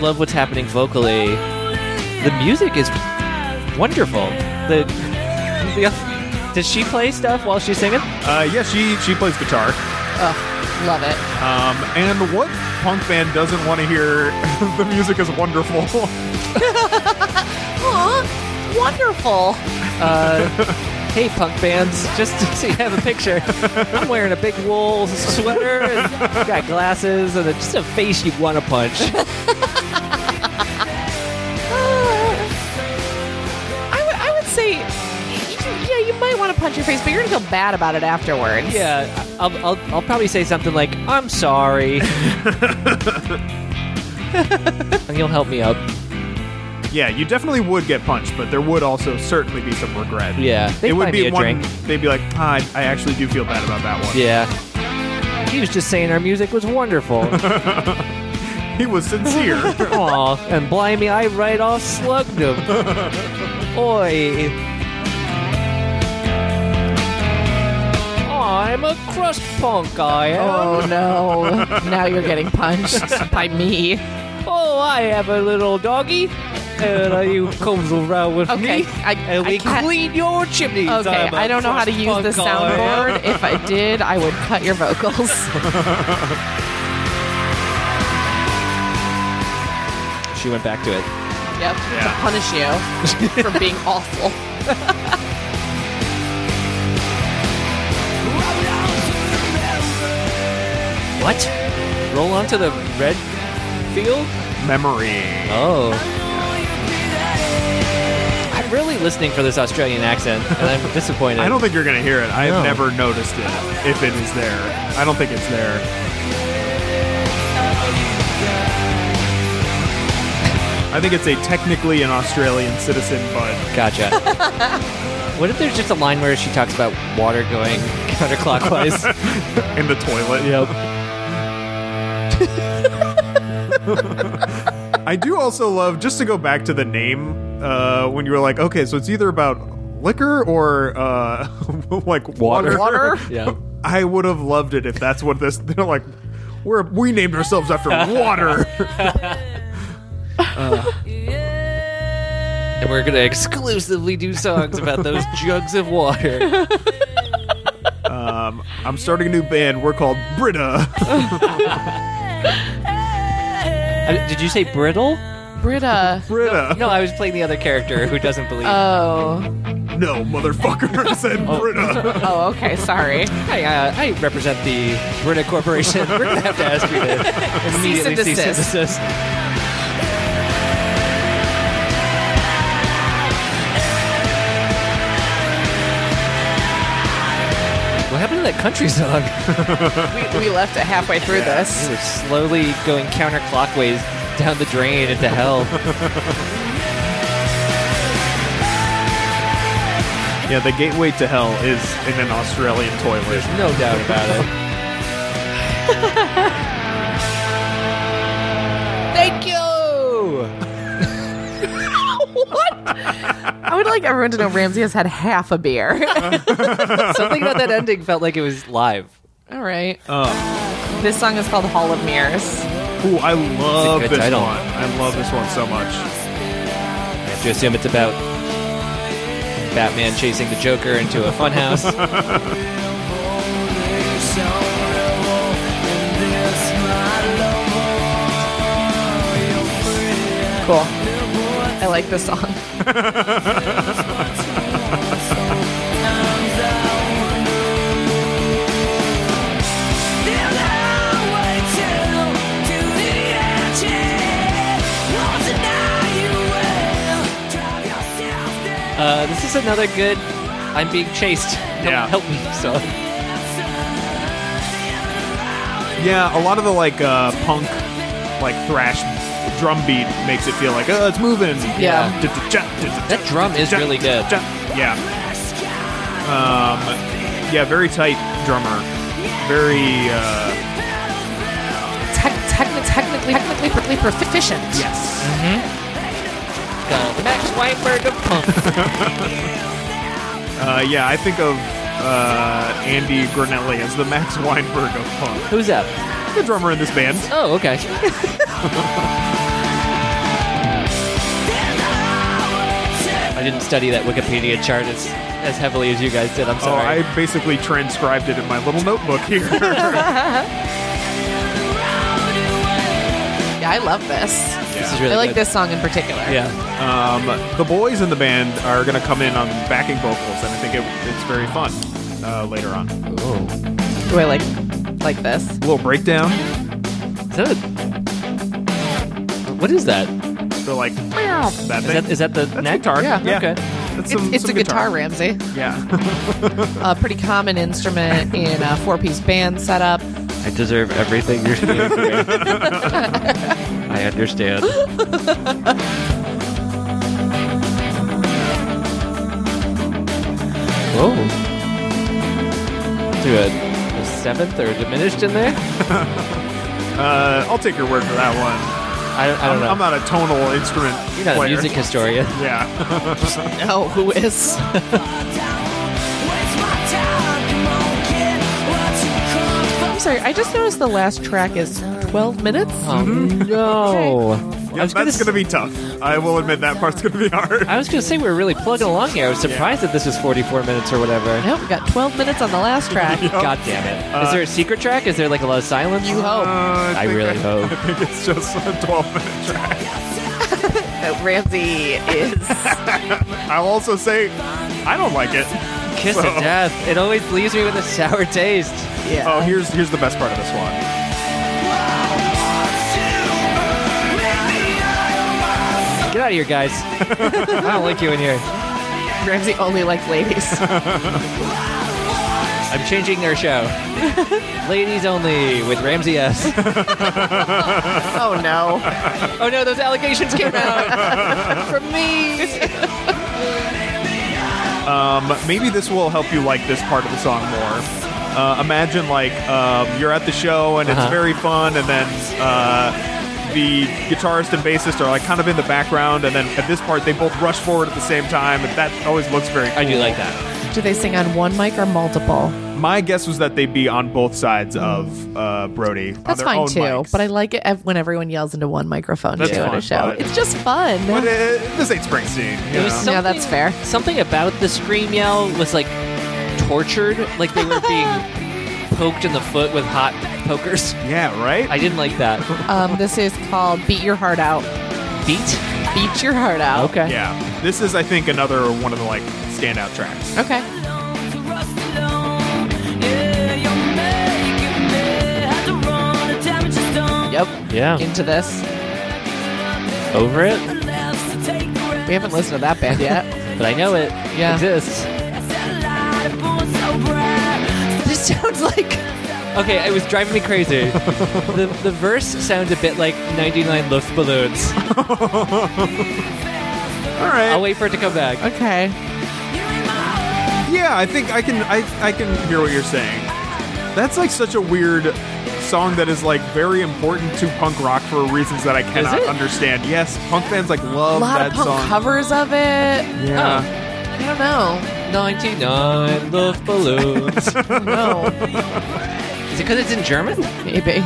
Speaker 1: love what's happening vocally, the music is wonderful. The, the does she play stuff while she's singing?
Speaker 3: Uh, yeah, she she plays guitar.
Speaker 2: Ugh, love it.
Speaker 3: Um, and what punk band doesn't want to hear the music is wonderful?
Speaker 2: Aw, wonderful.
Speaker 1: Hey, punk bands, just to see, have a picture. I'm wearing a big wool sweater, and got glasses, and a, just a face you'd want to punch.
Speaker 2: I would, I would say, yeah, you might want to punch your face, but you're gonna feel bad about it afterwards.
Speaker 1: Yeah, I'll, I'll, I'll probably say something like, I'm sorry. and you'll help me up.
Speaker 3: yeah, you definitely would get punched, but there would also certainly be some regret.
Speaker 1: Yeah, they
Speaker 3: it would
Speaker 1: buy
Speaker 3: be
Speaker 1: me a
Speaker 3: one.
Speaker 1: drink.
Speaker 3: They'd be like, ah, I, I actually do feel bad about that one.
Speaker 1: Yeah. He was just saying our music was wonderful.
Speaker 3: He was sincere.
Speaker 1: Aw, and blimey, I right off slugged him. Oi. Aw, I'm a crust punk, I am.
Speaker 2: Oh no! now you're getting punched by me.
Speaker 1: Oh, I have a little doggy. And uh, you comes around with
Speaker 2: Okay,
Speaker 1: me.
Speaker 2: I-
Speaker 1: and
Speaker 2: I
Speaker 1: we
Speaker 2: can't-
Speaker 1: clean your chimneys.
Speaker 2: Okay,
Speaker 1: I'm a
Speaker 2: I don't know how to
Speaker 1: crust
Speaker 2: use the
Speaker 1: punk, I am.
Speaker 2: soundboard. If I did, I would cut your vocals.
Speaker 1: She went back to it.
Speaker 2: yep, to punish you for being awful.
Speaker 4: Roll on through the
Speaker 1: What? Roll onto the red field?
Speaker 3: Memory.
Speaker 1: Oh. I'm really listening for this Australian accent, and I'm disappointed.
Speaker 3: I don't think you're gonna hear it. I
Speaker 1: No.
Speaker 3: have never noticed it. If it is there, I don't think it's there. I think it's a technically an Australian citizen, but
Speaker 1: Gotcha. what if there's just a line where she talks about water going counterclockwise?
Speaker 3: in the toilet.
Speaker 1: yep.
Speaker 3: I do also love just to go back to the name uh, when you were like, okay, so it's either about liquor or uh, like water.
Speaker 2: Water?
Speaker 1: Yeah.
Speaker 3: I would have loved it if that's what this. They're like, we're we named ourselves after water.
Speaker 1: And we're going to exclusively do songs about those jugs of water.
Speaker 3: um, I'm starting a new band. We're called Brita.
Speaker 1: Uh, Did you say brittle?
Speaker 2: Britta.
Speaker 3: Brita.
Speaker 1: No, I was playing the other character who doesn't believe.
Speaker 2: Oh.
Speaker 3: No, motherfucker, I said Brita.
Speaker 2: Oh, okay. Sorry.
Speaker 1: Hi, uh, I represent the Brita Corporation. We're going to have to ask you to immediately cease
Speaker 2: Cease and
Speaker 1: and
Speaker 2: desist.
Speaker 1: desist. What happened to that country song?
Speaker 2: We, we left it halfway through
Speaker 1: We
Speaker 2: this.
Speaker 1: were slowly going counterclockwise down the drain into hell.
Speaker 3: Yeah, the gateway to hell is in an Australian toilet.
Speaker 1: No doubt about it.
Speaker 2: Thank you. what? I would like everyone to know Ramsey has had half a beer.
Speaker 1: Something about that ending felt like it was live.
Speaker 2: All right.
Speaker 1: Oh.
Speaker 2: This song is called Hall of Mirrors.
Speaker 3: Ooh, I love
Speaker 1: good
Speaker 3: this
Speaker 1: title.
Speaker 3: one. I love this one so much.
Speaker 1: I have to assume it's about Batman chasing the Joker into a funhouse.
Speaker 2: Cool. I like this song.
Speaker 1: Uh, this is another good I'm being chased. Help,
Speaker 3: Yeah.
Speaker 1: help me. So
Speaker 3: Yeah, a lot of the like uh, punk, like thrash drum beat makes it feel like oh, it's moving.
Speaker 2: Yeah.
Speaker 1: That drum is really good.
Speaker 3: Yeah. Um, yeah, very tight drummer. Very. Uh,
Speaker 2: Tec- techni- technically, technically, perfectly proficient.
Speaker 3: yes.
Speaker 1: uh, Max Weinberg of punk.
Speaker 3: Uh, yeah, I think of uh, Andy Grinelli as the Max Weinberg of punk,
Speaker 1: Who's up?
Speaker 3: the drummer in this band.
Speaker 1: Oh, okay. I didn't study that Wikipedia chart as, as heavily as you guys did. I'm
Speaker 3: Oh,
Speaker 1: sorry.
Speaker 3: I basically transcribed it in my little notebook here.
Speaker 2: Yeah, I love this.
Speaker 1: this is really
Speaker 2: I like
Speaker 1: good.
Speaker 2: this song in particular.
Speaker 1: Yeah.
Speaker 3: Um, the boys in the band are going to come in on backing vocals, and I think it, it's very fun uh, later on. A
Speaker 1: Oh.
Speaker 2: Do I like like this?
Speaker 3: little breakdown.
Speaker 1: Is that a, what is that? Is
Speaker 3: They're like that thing.
Speaker 1: that, is that the
Speaker 3: That's
Speaker 1: neck?
Speaker 3: guitar.
Speaker 2: Yeah.
Speaker 1: Okay.
Speaker 3: That's
Speaker 2: It's,
Speaker 3: some-
Speaker 2: it's
Speaker 3: some
Speaker 2: a guitar, Ramsey.
Speaker 3: Yeah.
Speaker 2: A pretty common instrument in a four-piece band setup.
Speaker 5: I deserve everything you're saying. to me. I understand.
Speaker 1: Whoa. Do a, a seventh or diminished in there?
Speaker 3: uh, I'll take your word for that one.
Speaker 1: I don't, I don't
Speaker 3: I'm,
Speaker 1: know.
Speaker 3: I'm not a tonal instrument
Speaker 1: You're not a
Speaker 3: player.
Speaker 1: music historian.
Speaker 3: yeah.
Speaker 2: No, Oh, who is? I'm sorry. I just noticed the last track is 12 minutes.
Speaker 1: Oh no! I
Speaker 3: Mm-hmm. yeah
Speaker 1: was gonna.
Speaker 3: that's
Speaker 1: s-
Speaker 3: going to be tough. I will admit that part's going to be hard.
Speaker 1: I was gonna say we were really plugging along here. I was surprised that this was 44 minutes or whatever.
Speaker 2: Nope, we got 12 minutes on the last track.
Speaker 1: God damn it! Is there a secret track? Is there like a lot of silence?
Speaker 2: You hope.
Speaker 3: Uh,
Speaker 1: I
Speaker 3: think-
Speaker 1: really hope.
Speaker 3: I think it's just a 12 minute track.
Speaker 2: that Ramsey is.
Speaker 3: I'll also say, I don't like it.
Speaker 1: Kiss of death. It always leaves me with a sour taste.
Speaker 2: Yeah.
Speaker 3: Oh, here's here's the best part of this one.
Speaker 1: Get out of here, guys. I don't like you in here.
Speaker 2: Oh. Ramsey only liked ladies.
Speaker 1: I'm changing their show. Ladies only with Ramsey S.
Speaker 2: oh no.
Speaker 1: Oh no, those allegations came out.
Speaker 2: From me.
Speaker 3: But maybe this will help you like this part of the song more. Uh, imagine like um, you're at the show and
Speaker 1: Uh-huh.
Speaker 3: it's very fun, and then uh, the guitarist and bassist are like kind of in the background, and then at this part they both rush forward at the same time, and that always looks very.
Speaker 1: I do like that.
Speaker 2: Do they sing on one mic or multiple?
Speaker 3: My guess was that they'd be on both sides of uh, Brody.
Speaker 2: That's
Speaker 3: on their
Speaker 2: fine
Speaker 3: own
Speaker 2: too.
Speaker 3: mics.
Speaker 2: But I like it ev- when everyone yells into one microphone
Speaker 3: That's
Speaker 2: too at
Speaker 3: fun,
Speaker 2: a show.
Speaker 3: but-
Speaker 2: It's just fun.
Speaker 3: But, uh, this ain't Springsteen. You
Speaker 1: It was
Speaker 3: know?
Speaker 2: Yeah,
Speaker 1: something-
Speaker 2: that's fair.
Speaker 1: Something about the scream yell was like tortured, like they were being poked in the foot with hot pokers.
Speaker 3: yeah, right.
Speaker 1: I didn't like that.
Speaker 2: Um, this is called "Beat Your Heart Out."
Speaker 1: Beat?
Speaker 2: Beat your heart out.
Speaker 1: Okay.
Speaker 3: yeah, this is I think another one of the like standout tracks.
Speaker 2: Okay. Yep.
Speaker 1: Yeah.
Speaker 2: Into this.
Speaker 1: Over it?
Speaker 2: We haven't listened to that band yet.
Speaker 1: But I know it
Speaker 2: Yeah.
Speaker 1: exists.
Speaker 2: this sounds like
Speaker 1: Okay, it was driving me crazy. the, the verse sounds a bit like 99 Luftballons.
Speaker 3: All right.
Speaker 1: I'll wait for it to come back.
Speaker 2: okay.
Speaker 3: Yeah, I think I can I, I can hear what you're saying. That's like such a weird song that is like very important to punk rock for reasons that I cannot
Speaker 1: it?
Speaker 3: understand. Yes, punk fans like
Speaker 2: A
Speaker 3: love
Speaker 2: lot
Speaker 3: that
Speaker 2: of punk
Speaker 3: song.
Speaker 2: covers of it.
Speaker 3: Yeah.
Speaker 2: I don't
Speaker 1: Uh,
Speaker 2: know.
Speaker 1: 99 Luftballons.
Speaker 2: No.
Speaker 1: Is it because it's in German?
Speaker 2: Maybe.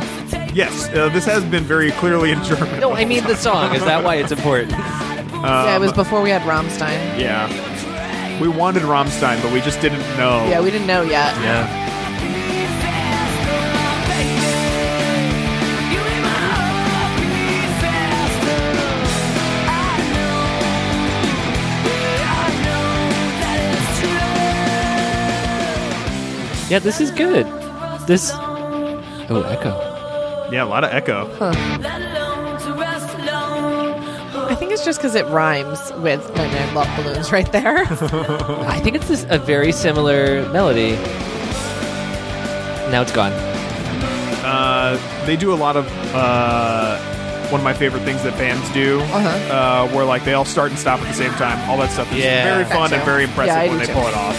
Speaker 3: Yes, uh, this has been very clearly in German. Um,
Speaker 1: No, I mean the song. Is that why it's important?
Speaker 2: yeah, it was before we had Rammstein.
Speaker 3: Yeah. We wanted Rammstein, but we just didn't know.
Speaker 2: Yeah, we didn't know yet.
Speaker 1: Yeah. Yeah, this is good. This. Oh, echo.
Speaker 3: Yeah, a lot of echo.
Speaker 2: I think it's just because it rhymes with 99 Love Balloons right there.
Speaker 1: I think it's this, a very similar melody. Now it's gone.
Speaker 3: Uh, they do a lot of uh, one of my favorite things that bands do,
Speaker 2: Uh-huh.
Speaker 3: uh, where like they all start and stop at the same time. All that stuff is
Speaker 1: Yeah.
Speaker 3: very fun
Speaker 2: Gotcha.
Speaker 3: and very impressive
Speaker 2: Yeah, I
Speaker 3: when
Speaker 2: do
Speaker 3: they
Speaker 2: too.
Speaker 3: pull it off.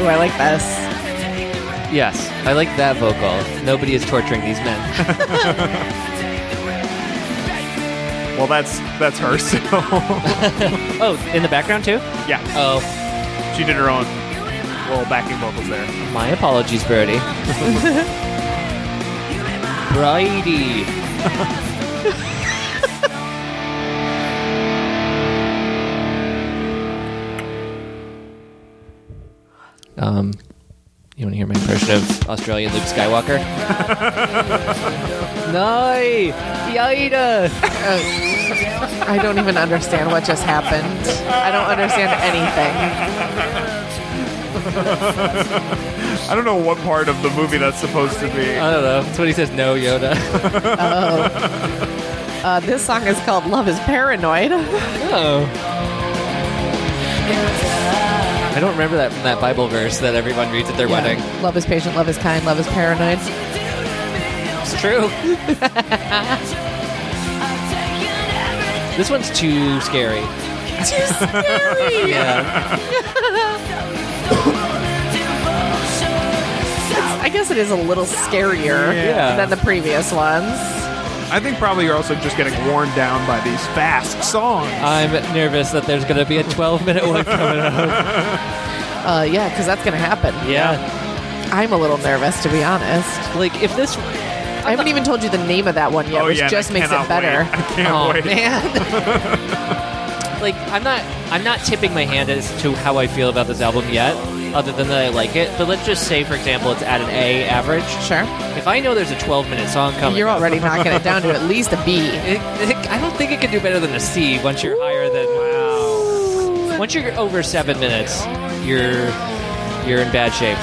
Speaker 3: Oh,
Speaker 2: Ooh, I like this.
Speaker 1: Yes, I like that vocal. Nobody is torturing these men.
Speaker 3: Well, that's that's her. So
Speaker 1: oh, in the background too?
Speaker 2: Uh,
Speaker 3: yeah,
Speaker 1: Oh,
Speaker 3: she did her own little backing vocals there.
Speaker 1: my apologies, Brody. Brody. um, you want to hear my impression of Australian Luke Skywalker? no, Yoda.
Speaker 2: I don't even understand what just happened. I don't understand anything.
Speaker 3: I don't know what part of the movie that's supposed to be.
Speaker 1: I don't know. That's what he says. No, Yoda.
Speaker 2: Uh, this song is called Love is Paranoid.
Speaker 1: oh. I don't remember that from that Bible verse that everyone reads at their wedding.
Speaker 2: Love is patient, love is kind, love is paranoid.
Speaker 1: It's true. This one's too scary.
Speaker 2: Too scary.
Speaker 1: Yeah.
Speaker 2: I guess it is a little scarier
Speaker 1: Yeah.
Speaker 2: than the previous ones.
Speaker 3: I think probably you're also just getting worn down by these fast songs.
Speaker 1: I'm nervous that there's going to be a 12 minute one coming up.
Speaker 2: Uh, yeah, because that's going to happen.
Speaker 1: Yeah.
Speaker 2: I'm a little nervous, to be honest.
Speaker 1: Like, if this.
Speaker 2: I haven't even told you the name of that one yet,
Speaker 3: oh
Speaker 2: which
Speaker 3: yeah, and
Speaker 2: just
Speaker 3: I
Speaker 2: makes it
Speaker 3: cannot
Speaker 2: better.
Speaker 3: Wait. I can't
Speaker 1: Oh,
Speaker 3: wait.
Speaker 2: Man,
Speaker 1: Like, I'm not. I'm not tipping my hand as to how I feel about this album yet, other than that I like it. But let's just say, for example, it's at an A average.
Speaker 2: sure.
Speaker 1: If I know there's a 12 minute song coming,
Speaker 2: You're
Speaker 1: up,
Speaker 2: already knocking it down to at least a B.
Speaker 1: It, it, I don't think it could do better than a C once you're higher than. Once you're over seven minutes, you're you're in bad shape.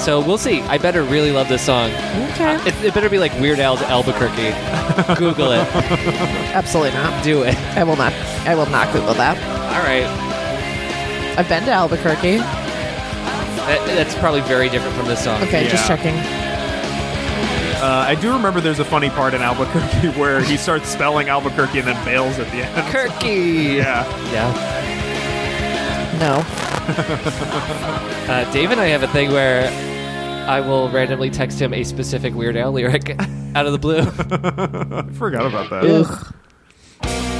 Speaker 1: So we'll see. I better really love this song.
Speaker 2: Okay.
Speaker 1: It, it better be like Weird Al's Albuquerque. Google it.
Speaker 2: Absolutely not.
Speaker 1: Do it.
Speaker 2: I will not. I will not Google that.
Speaker 1: All right.
Speaker 2: I've been to Albuquerque.
Speaker 1: That, that's probably very different from this song.
Speaker 2: Okay, just
Speaker 3: Yeah.
Speaker 2: checking.
Speaker 3: Uh, I do remember there's a funny part in Albuquerque where he starts spelling Albuquerque and then bails at the end.
Speaker 1: Kirky.
Speaker 3: Yeah.
Speaker 1: Yeah.
Speaker 2: No.
Speaker 1: Uh, Dave and I have a thing where I will randomly text him a specific Weird Al lyric out of the blue.
Speaker 3: I forgot about that.
Speaker 2: Ugh.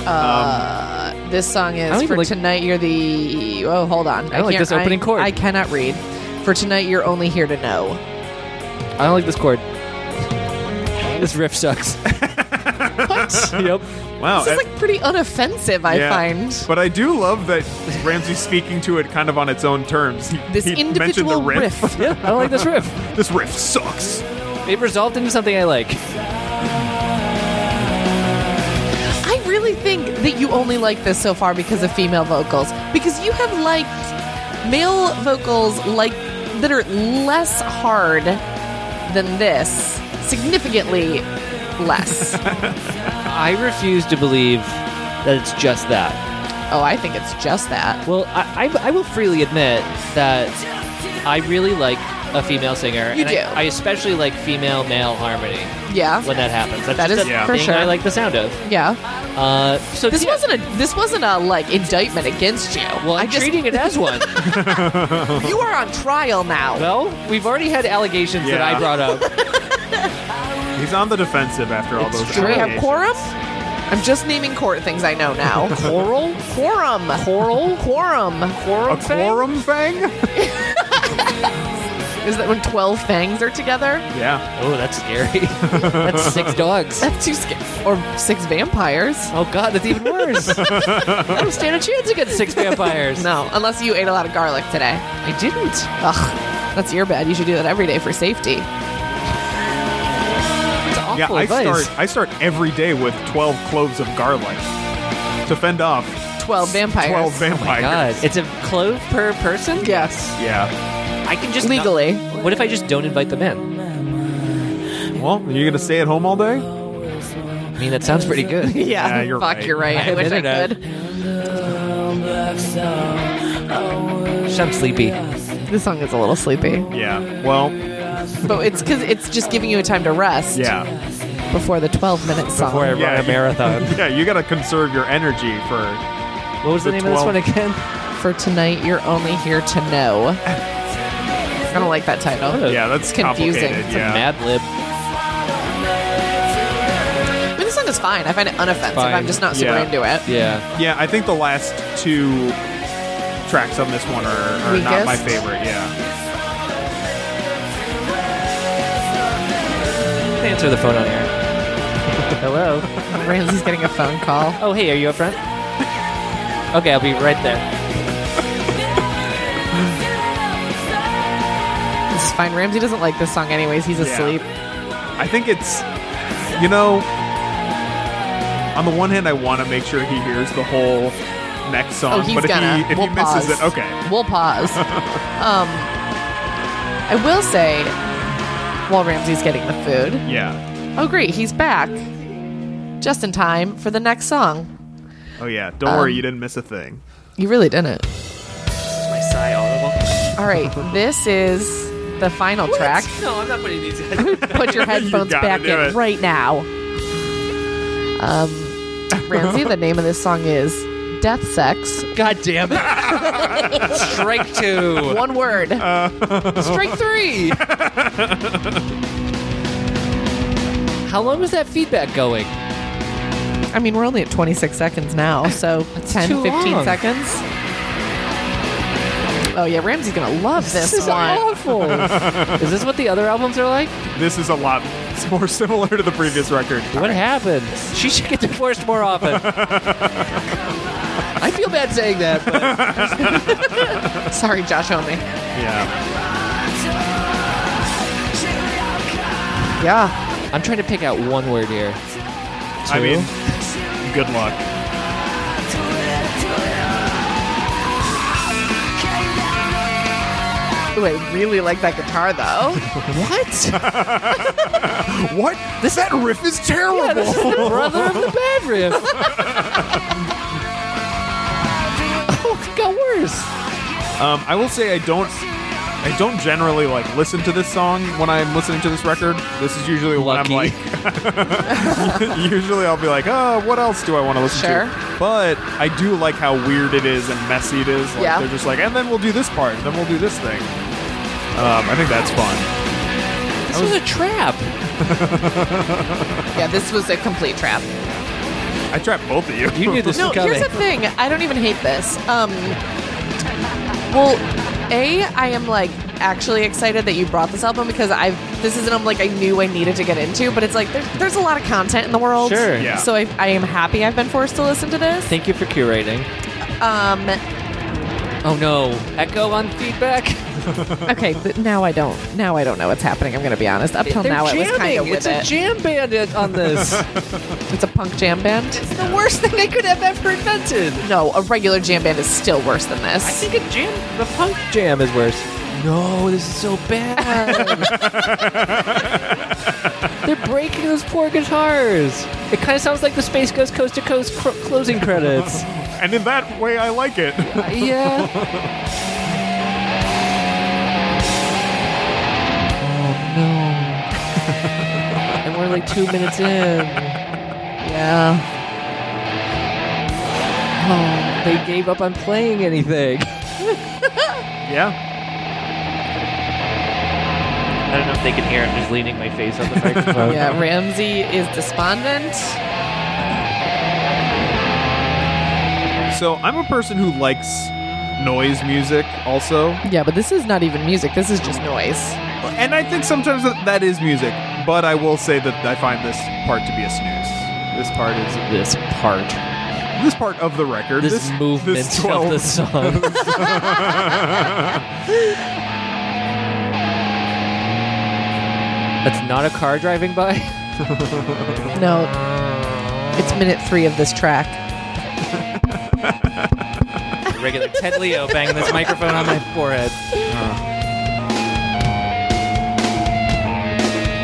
Speaker 2: Uh, this song
Speaker 1: I don't
Speaker 2: is
Speaker 1: even
Speaker 2: for
Speaker 1: like-
Speaker 2: tonight. You're the oh, hold on.
Speaker 1: I don't like
Speaker 2: can't-
Speaker 1: this opening chord.
Speaker 2: I cannot read. For tonight, you're only here to know.
Speaker 1: I don't like this chord. This riff sucks.
Speaker 2: What?
Speaker 1: yep.
Speaker 3: Wow.
Speaker 2: this is
Speaker 1: Oh,
Speaker 3: and-
Speaker 2: like pretty unoffensive. I
Speaker 3: yeah.
Speaker 2: find
Speaker 3: But I do love that Ramsey's speaking to it kind of on its own terms. He,
Speaker 2: this
Speaker 3: he mentioned
Speaker 2: individual
Speaker 3: the riff.
Speaker 2: riff.
Speaker 1: Yeah, I don't like this riff.
Speaker 3: This riff sucks.
Speaker 1: It resolved into something I like.
Speaker 2: I really think that you only like this so far because of female vocals. Because you have liked male vocals like that are less hard than this, significantly less.
Speaker 1: I refuse to believe that it's just that.
Speaker 2: oh, I think it's just that.
Speaker 1: Well, I, I, I will freely admit that I really like a female singer.
Speaker 2: You
Speaker 1: and
Speaker 2: do.
Speaker 1: I, I especially like female male harmony
Speaker 2: Yeah.
Speaker 1: when that happens. That's
Speaker 2: That
Speaker 1: just
Speaker 2: is
Speaker 1: a
Speaker 3: Yeah.
Speaker 2: for
Speaker 1: thing
Speaker 2: sure.
Speaker 1: I like the sound of.
Speaker 2: yeah.
Speaker 1: Uh, so
Speaker 2: This
Speaker 1: yeah.
Speaker 2: wasn't a this wasn't a like indictment against you.
Speaker 1: Well,
Speaker 2: I
Speaker 1: I'm
Speaker 2: just
Speaker 1: treating it as one.
Speaker 2: you are on trial now.
Speaker 1: well, we've already had allegations that I
Speaker 3: Yeah.
Speaker 1: brought up.
Speaker 3: He's on the defensive after all
Speaker 1: It's
Speaker 3: those.
Speaker 1: true.
Speaker 2: Do we have
Speaker 3: allegations.
Speaker 2: quorum? I'm just naming court things I know now.
Speaker 1: Oral?
Speaker 2: quorum. Quorum. Quorum.
Speaker 1: Quorum?
Speaker 3: A quorum thing?
Speaker 2: Is that when 12 fangs are together?
Speaker 3: yeah.
Speaker 1: Oh, that's scary. that's six dogs.
Speaker 2: That's too scary. Or six vampires.
Speaker 1: Oh, God, that's even worse. I don't stand a chance against six vampires.
Speaker 2: No, unless you ate a lot of garlic today.
Speaker 1: I didn't.
Speaker 2: Ugh, that's your bad. You should do that every day for safety.
Speaker 1: It's awful
Speaker 3: Yeah, I
Speaker 1: advice.
Speaker 3: start I start every day with 12 cloves of garlic to fend off
Speaker 2: 12 vampires. Oh
Speaker 3: 12 vampires.
Speaker 1: God, it's a clove per person.
Speaker 2: Yes.
Speaker 3: Yeah.
Speaker 1: I can just
Speaker 2: Legally.
Speaker 1: what if I just don't invite them in?
Speaker 3: Well, you're gonna stay at home all day?
Speaker 1: I mean, that sounds pretty good.
Speaker 2: Yeah,
Speaker 3: Yeah, you're
Speaker 2: fuck,
Speaker 3: right.
Speaker 2: you're right.
Speaker 1: I
Speaker 2: I, wish I
Speaker 1: admitted
Speaker 2: could.
Speaker 1: I'm sleepy.
Speaker 2: This song is a little sleepy,
Speaker 3: Yeah. Well,
Speaker 2: but it's because it's just giving you a time to rest
Speaker 3: yeah.
Speaker 2: before the 12 minute song.
Speaker 1: Before I
Speaker 3: Yeah,
Speaker 1: run a
Speaker 3: you-
Speaker 1: marathon.
Speaker 3: Yeah, you gotta conserve your energy for
Speaker 1: What was the,
Speaker 3: The
Speaker 1: name of this
Speaker 3: 12.
Speaker 1: one again?
Speaker 2: for tonight, you're only here to know. I don't like that title.
Speaker 3: Yeah, that's
Speaker 2: It's confusing.
Speaker 3: complicated.
Speaker 2: It's
Speaker 3: yeah.
Speaker 1: Mad Lib.
Speaker 2: I mean, this song is fine. I find it unoffensive.
Speaker 1: Fine.
Speaker 2: I'm just not super
Speaker 3: Yeah.
Speaker 2: into it.
Speaker 1: Yeah.
Speaker 3: Yeah, I think the last two tracks on this one are, are not
Speaker 2: Weakest?
Speaker 3: my favorite. Yeah.
Speaker 1: Answer the phone on air. Hello.
Speaker 2: Ramsey's getting a phone call.
Speaker 1: Oh, hey, are you up front? Okay, I'll be right there.
Speaker 2: It's fine. Ramsey doesn't like this song, anyways. He's asleep.
Speaker 3: I think it's, you know, on the one hand, I want to make sure he hears the whole next song,
Speaker 2: Oh, he's
Speaker 3: Um, but if
Speaker 2: gonna.
Speaker 3: he if
Speaker 2: we'll
Speaker 3: he
Speaker 2: pause.
Speaker 3: misses it, okay.
Speaker 2: We'll pause. um, I will say, while Ramsey's getting the food,
Speaker 3: Yeah.
Speaker 2: oh great, he's back, just in time for the next song.
Speaker 3: Oh yeah. Don't
Speaker 2: Um,
Speaker 3: worry, you didn't miss a thing.
Speaker 2: You really didn't.
Speaker 1: My sigh audible.
Speaker 2: All right, this is the final track.
Speaker 1: No, I'm not putting these.
Speaker 2: Put your headphones
Speaker 3: gotta
Speaker 2: back in
Speaker 3: do it.
Speaker 2: right now. Um, Ramsey, the name of this song is Death Sex.
Speaker 1: God damn it! Strike two.
Speaker 2: One word.
Speaker 1: Strike three. How long was that feedback going?
Speaker 2: I mean, we're only at 26 seconds now, so 10,
Speaker 1: too
Speaker 2: 15
Speaker 1: long.
Speaker 2: seconds. Oh, yeah, Ramsey's going to love this,
Speaker 1: is
Speaker 2: one.
Speaker 1: awful. is this what the other albums are like?
Speaker 3: This is a lot more similar to the previous record.
Speaker 1: What happened? She should get divorced more often. I feel bad saying that, but
Speaker 2: Sorry, Josh Homme.
Speaker 3: Yeah.
Speaker 2: Yeah.
Speaker 1: I'm trying to pick out one word here.
Speaker 3: I mean, good luck.
Speaker 2: Ooh, I really like that guitar though.
Speaker 1: What?
Speaker 3: What? This that riff is terrible.
Speaker 1: this is the brother of the bad riff. oh, it got worse.
Speaker 3: Um, I will say I don't. I don't generally like listen to this song when I'm listening to this record. This is usually when I'm
Speaker 1: Lucky.
Speaker 3: like. usually I'll be like, oh, what else do I want to listen
Speaker 2: Sure.
Speaker 3: to? But I do like how weird it is and messy it is. Like,
Speaker 2: Yeah.
Speaker 3: They're just like, and then we'll do this part, and then we'll do this thing. Um, I think that's fun.
Speaker 1: This was a trap.
Speaker 2: yeah, this was a complete trap.
Speaker 3: I trapped both of you.
Speaker 1: You knew this
Speaker 2: No,
Speaker 1: was coming.
Speaker 2: here's the thing. I don't even hate this. Um, well, a I am like actually excited that you brought this album because I've this is an album like I knew I needed to get into, but it's like there's, there's a lot of content in the world.
Speaker 1: Sure.
Speaker 3: Yeah.
Speaker 2: So I, I am happy I've been forced to listen to this.
Speaker 1: Thank you for curating.
Speaker 2: Um,
Speaker 1: Oh no, echo on feedback.
Speaker 2: okay, but now I don't. Now I don't know what's happening. I'm going to be honest. Up till
Speaker 1: They're
Speaker 2: now, I was kind of
Speaker 1: jamming.
Speaker 2: with
Speaker 1: It's
Speaker 2: it.
Speaker 1: a jam bandit on this.
Speaker 2: it's a punk jam band.
Speaker 1: it's the worst thing they could have ever invented.
Speaker 2: e-, No, a regular jam band is still worse than this.
Speaker 1: I think a jam, the punk jam is worse. No, this is so bad. They're breaking those poor guitars. It kind of sounds like the Space Goes Coast to Coast cr- closing credits.
Speaker 3: and in that way, I like it.
Speaker 1: Uh, yeah. oh no. and we're like two minutes in.
Speaker 2: yeah.
Speaker 1: Oh, they gave up on playing anything.
Speaker 3: yeah.
Speaker 5: I don't know if they can hear. I'm just leaning my face on the microphone.
Speaker 2: Yeah, Ramsey is despondent.
Speaker 3: So I'm a person who likes noise music also.
Speaker 2: Yeah, but this is not even music. This is just noise.
Speaker 3: And I think sometimes that, that is music, but I will say that I find this part to be a snooze. This part is
Speaker 1: This part,
Speaker 3: this part of the record.
Speaker 1: this,
Speaker 3: This,
Speaker 1: movement
Speaker 3: this
Speaker 1: of
Speaker 3: 12
Speaker 1: the song. That's not a car driving by.
Speaker 2: No, it's minute three of this track.
Speaker 1: Regular Ted Leo banging this microphone on my forehead.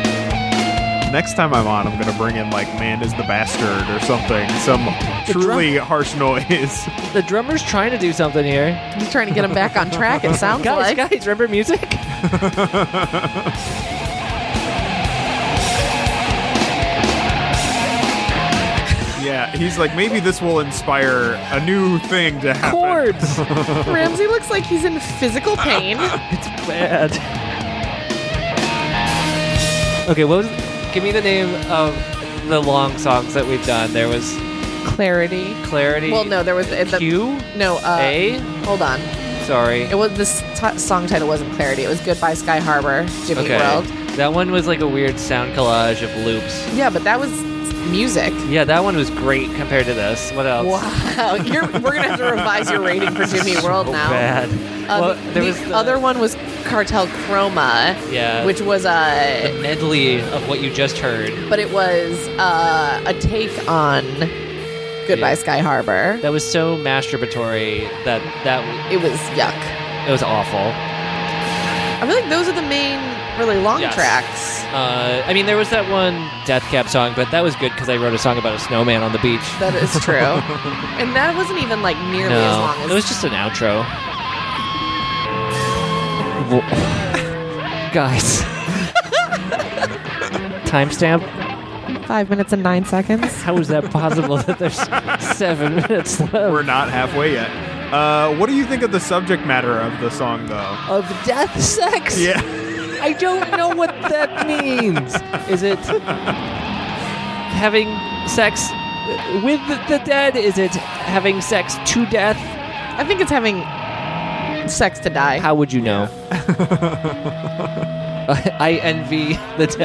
Speaker 3: Next time I'm on, I'm gonna bring in like "Man is the Bastard" or something, some truly harsh noise.
Speaker 1: The drummer's trying to do something here.
Speaker 2: He's trying to get him back on track. It sounds
Speaker 1: Guys,
Speaker 2: like.
Speaker 1: guys, remember music?
Speaker 3: yeah, he's like, maybe this will inspire a new thing to happen.
Speaker 1: Chords.
Speaker 2: Ramsey looks like he's in physical pain.
Speaker 1: It's bad. Okay, what was? Give me the name of the long songs that we've done. There was
Speaker 2: Clarity.
Speaker 1: Clarity.
Speaker 2: Well, no, there was uh, the
Speaker 1: Q.
Speaker 2: no. Uh,
Speaker 1: A?
Speaker 2: Hold on.
Speaker 1: Sorry.
Speaker 2: It was this t- song title wasn't Clarity. It was Goodbye Sky Harbor, Jimmy
Speaker 1: okay.
Speaker 2: World.
Speaker 1: That one was like a weird sound collage of loops.
Speaker 2: Yeah, but that was music.
Speaker 1: Yeah, that one was great compared to this. What else?
Speaker 2: Wow, You're, we're gonna have to revise your rating for Jimmy World
Speaker 1: So
Speaker 2: now.
Speaker 1: Oh, bad.
Speaker 2: Um,
Speaker 1: well, there
Speaker 2: the
Speaker 1: was the
Speaker 2: other one was Cartel Chroma,
Speaker 1: Yeah.
Speaker 2: which was a,
Speaker 1: medley of what you just heard.
Speaker 2: but it was uh, a take on Goodbye
Speaker 1: Yeah.
Speaker 2: Sky Harbor.
Speaker 1: That was so masturbatory that that
Speaker 2: It was yuck.
Speaker 1: it was awful.
Speaker 2: I feel like those are the main really long
Speaker 1: Yes.
Speaker 2: tracks.
Speaker 1: Uh, I mean, there was that one Death Cab song, but that was good because I wrote a song about a snowman on the beach.
Speaker 2: That is true, and that wasn't even like nearly as
Speaker 1: No,
Speaker 2: long as
Speaker 1: it was just an outro. Wo- Guys, timestamp.
Speaker 2: five minutes and nine seconds.
Speaker 1: How is that possible that there's seven minutes left
Speaker 3: We're not halfway yet. Uh, what do you think of the subject matter of the song, though?
Speaker 1: of death sex?
Speaker 3: Yeah,
Speaker 1: I don't know what that means. Is it having sex with the dead? Is it having sex to death?
Speaker 2: I think it's having sex to die.
Speaker 1: How would you know? I I envy the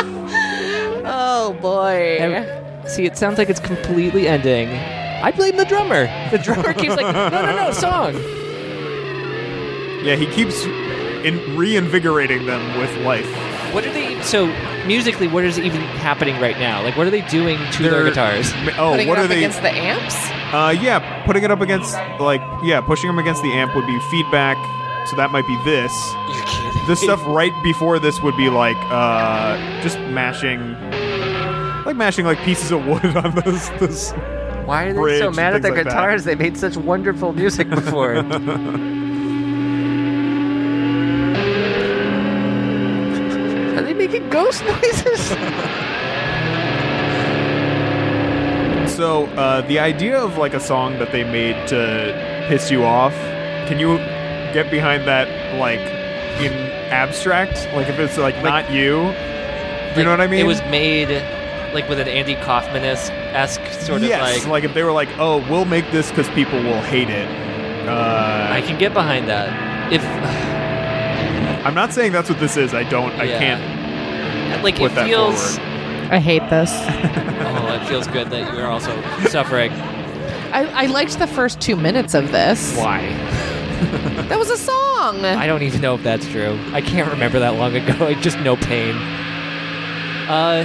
Speaker 1: dead.
Speaker 2: oh boy.
Speaker 1: Ev- See, it sounds like it's completely ending. I blame the drummer. The drummer keeps like, no, no, no, song.
Speaker 3: yeah. He keeps in- reinvigorating them with life.
Speaker 1: What are they? So musically, what is even happening right now? Like, what are they doing to their
Speaker 3: They're-
Speaker 1: guitars?
Speaker 3: Ma- Oh,
Speaker 2: Putting
Speaker 3: what
Speaker 2: it
Speaker 3: are
Speaker 2: up
Speaker 3: they?
Speaker 2: against the amps?
Speaker 3: Uh, yeah, putting it up against like yeah, pushing them against the amp would be feedback. So that might be this.
Speaker 5: You're kidding.
Speaker 3: The stuff right before this would be like uh, just mashing, like mashing like pieces of wood on this. this.
Speaker 5: Why are they
Speaker 3: bridge
Speaker 5: so
Speaker 3: and
Speaker 5: mad at
Speaker 3: things
Speaker 5: their
Speaker 3: like that.
Speaker 5: guitars? They made such wonderful music before. Are they making ghost noises?
Speaker 3: So uh, the idea of like a song that they made to piss you off, can you get behind that like in abstract? Like if it's like, not you, do you know what I mean?
Speaker 1: It was made like with an Andy Kaufman esque sort of
Speaker 3: yes,
Speaker 1: like,
Speaker 3: like, if they were like, oh, we'll make this because people will hate it.
Speaker 1: I
Speaker 3: Uh,
Speaker 1: can get behind that. If
Speaker 3: I'm not saying that's what this is. I don't. I
Speaker 1: yeah.
Speaker 3: can't.
Speaker 1: Like
Speaker 3: put
Speaker 1: it
Speaker 3: that
Speaker 1: feels.
Speaker 2: I hate this.
Speaker 1: Oh, it feels good that you're also suffering.
Speaker 2: I, I liked the first two minutes of this.
Speaker 1: Why?
Speaker 2: That was a song.
Speaker 1: I don't even know if that's true. I can't remember that long ago. I just know pain. Uh,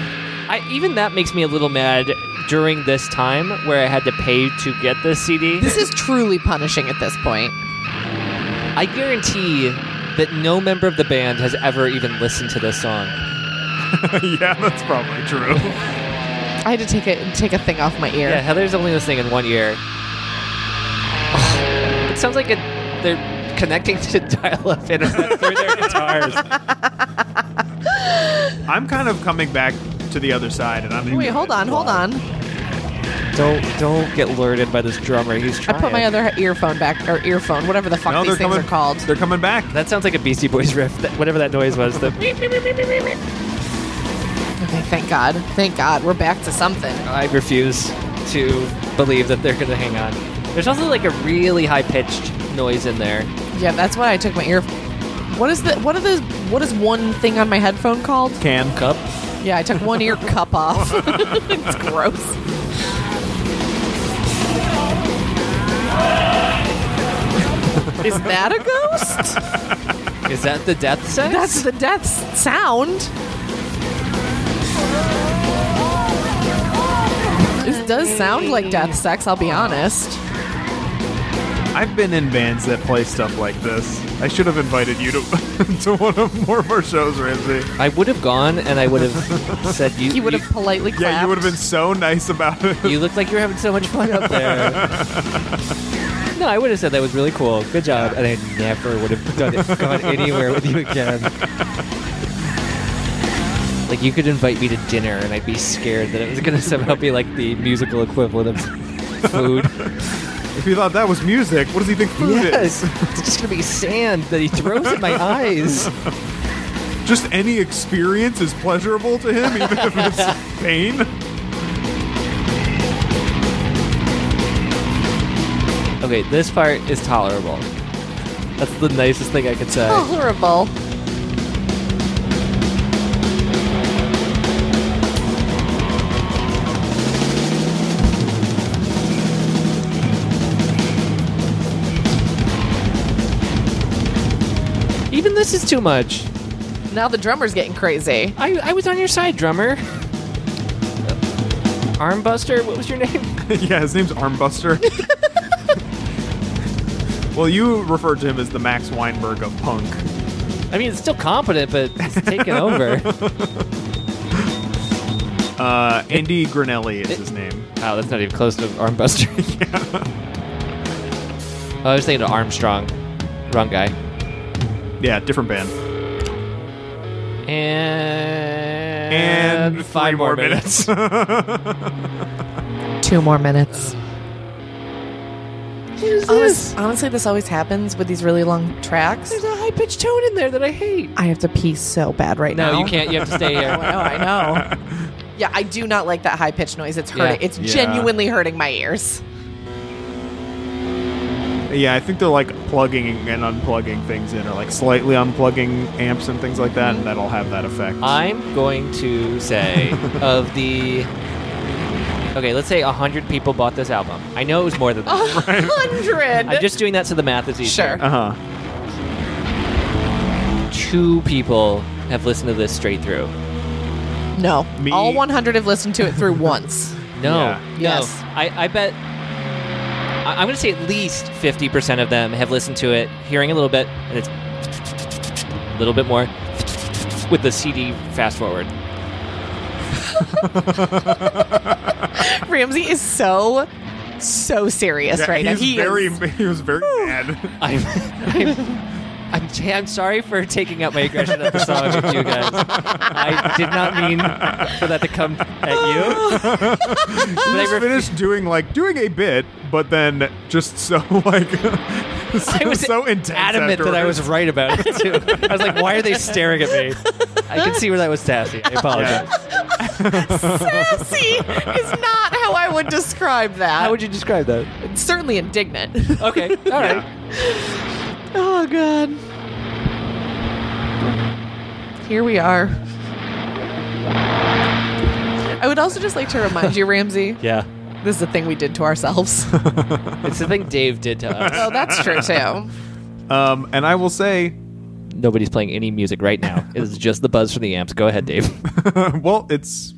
Speaker 1: I even that makes me a little mad during this time where I had to pay to get this CD.
Speaker 2: this is truly punishing at this point.
Speaker 1: I guarantee that no member of the band has ever even listened to this song.
Speaker 3: yeah, that's probably true.
Speaker 2: I had to take a take a thing off my ear.
Speaker 1: Yeah, Heather's only listening in one year. it sounds like it, they're connecting to dial-up internet through their guitars.
Speaker 3: I'm kind of coming back to the other side, and I'm.
Speaker 2: Wait, hold on, hold on.
Speaker 1: don't don't get lured by this drummer. He's
Speaker 2: I
Speaker 1: trying.
Speaker 2: put my other he- earphone back or earphone, whatever the fuck
Speaker 3: No,
Speaker 2: these
Speaker 3: they're
Speaker 2: things
Speaker 3: coming.
Speaker 2: are called.
Speaker 3: They're coming back.
Speaker 1: That sounds like a Beastie Boys riff. That, whatever that noise was. The,
Speaker 2: Okay, thank God, thank God, we're back to something.
Speaker 1: I refuse to believe that they're gonna hang on. There's also like a really high-pitched noise in there.
Speaker 2: Yeah, that's why I took my ear. What is the what are the what is one thing on my headphone called?
Speaker 3: Can
Speaker 1: Cup.
Speaker 2: Yeah, I took one ear cup off. it's gross. Is that a ghost?
Speaker 1: Is that the death set?
Speaker 2: That's the death s- sound. This does sound like death sex, I'll be honest.
Speaker 3: I've been in bands that play stuff like this. I should have invited you to to one of more of our shows, Ramsey.
Speaker 1: I would have gone and I would have said you.
Speaker 2: You would have politely clapped.
Speaker 3: Yeah, you would have been so nice about it.
Speaker 1: You look like you're having so much fun up there. no, I would have said that was really cool. Good job. And I never would have done it, gone anywhere with you again. Like you could invite me to dinner, and I'd be scared that it was going to somehow be like the musical equivalent of food.
Speaker 3: If you thought that was music, what does he think food
Speaker 1: yes, it's just going to be sand that he throws at my eyes.
Speaker 3: is? Just any experience is pleasurable to him, even if it's pain.
Speaker 1: Okay, this part is tolerable. That's the nicest thing I could say.
Speaker 2: Oh, horrible.
Speaker 1: Even this is too much.
Speaker 2: Now the drummer's getting crazy.
Speaker 1: I, I was on your side, drummer. Armbuster, what was your name?
Speaker 3: yeah, his name's Armbuster. well, you referred to him as the Max Weinberg of punk.
Speaker 1: I mean, it's still competent, but it's taken over.
Speaker 3: Uh, Andy Grinelli is his name.
Speaker 1: Wow, that's not even close to Armbuster. Oh, I was thinking of Armstrong. Wrong guy.
Speaker 3: Yeah, different band.
Speaker 1: And,
Speaker 3: three
Speaker 1: Uh, five more minutes.
Speaker 2: Two more minutes. Honest, honestly, this always happens with these really long tracks.
Speaker 1: There's a high pitched tone in there that I hate.
Speaker 2: I have to pee so bad right now.
Speaker 1: No, you can't. You have to stay
Speaker 2: Oh,
Speaker 1: here.
Speaker 2: I know. yeah, I do not like that high pitched noise. It's hurting.
Speaker 1: Yeah.
Speaker 2: It's
Speaker 3: Yeah.
Speaker 2: genuinely hurting my ears.
Speaker 3: Yeah, I think they're like plugging and unplugging things in, or like slightly unplugging amps and things like that, and that'll have that effect.
Speaker 1: I'm going to say of the. Okay, let's say 100 people bought this album. I know it was more than that.
Speaker 2: A hundred.
Speaker 1: I'm just doing that so the math is easier.
Speaker 2: sure.
Speaker 3: uh huh.
Speaker 1: two people have listened to this straight through.
Speaker 2: No,
Speaker 3: Me-
Speaker 2: all 100 have listened to it through once.
Speaker 1: No,
Speaker 3: Yeah.
Speaker 1: no.
Speaker 2: Yes.
Speaker 1: I, I bet I- I'm going to say at least 50% of them have listened to it, hearing a little bit, and it's a little bit more with the CD fast forward.
Speaker 2: Ramsey is so so serious right now.
Speaker 3: he's
Speaker 2: He
Speaker 3: very,
Speaker 2: is,
Speaker 3: he was very mad.
Speaker 1: I'm, I'm, I'm, t- I'm sorry for taking out my aggression at the song with you guys. I did not mean for that to come at you. But I
Speaker 3: Just
Speaker 1: ref-
Speaker 3: finished doing like doing a bit, but then just so like so,
Speaker 1: I was
Speaker 3: so intense.
Speaker 1: adamant that I was
Speaker 3: afterwards.
Speaker 1: right about it too. I was like, "Why are they staring at me?" I can see where that was sassy. I apologize.
Speaker 2: sassy is not how I would describe that.
Speaker 1: How would you describe that?
Speaker 2: certainly indignant.
Speaker 1: Okay, all right.
Speaker 2: oh god. Here we are. I would also just like to remind you, Ramsey,
Speaker 1: Yeah.
Speaker 2: this is a thing we did to ourselves.
Speaker 1: It's the thing Dave did to us.
Speaker 2: oh, that's true too.
Speaker 3: Um, and I will say,
Speaker 1: Nobody's playing any music right now. It is just the buzz from the amps. Go ahead, Dave.
Speaker 3: well, it's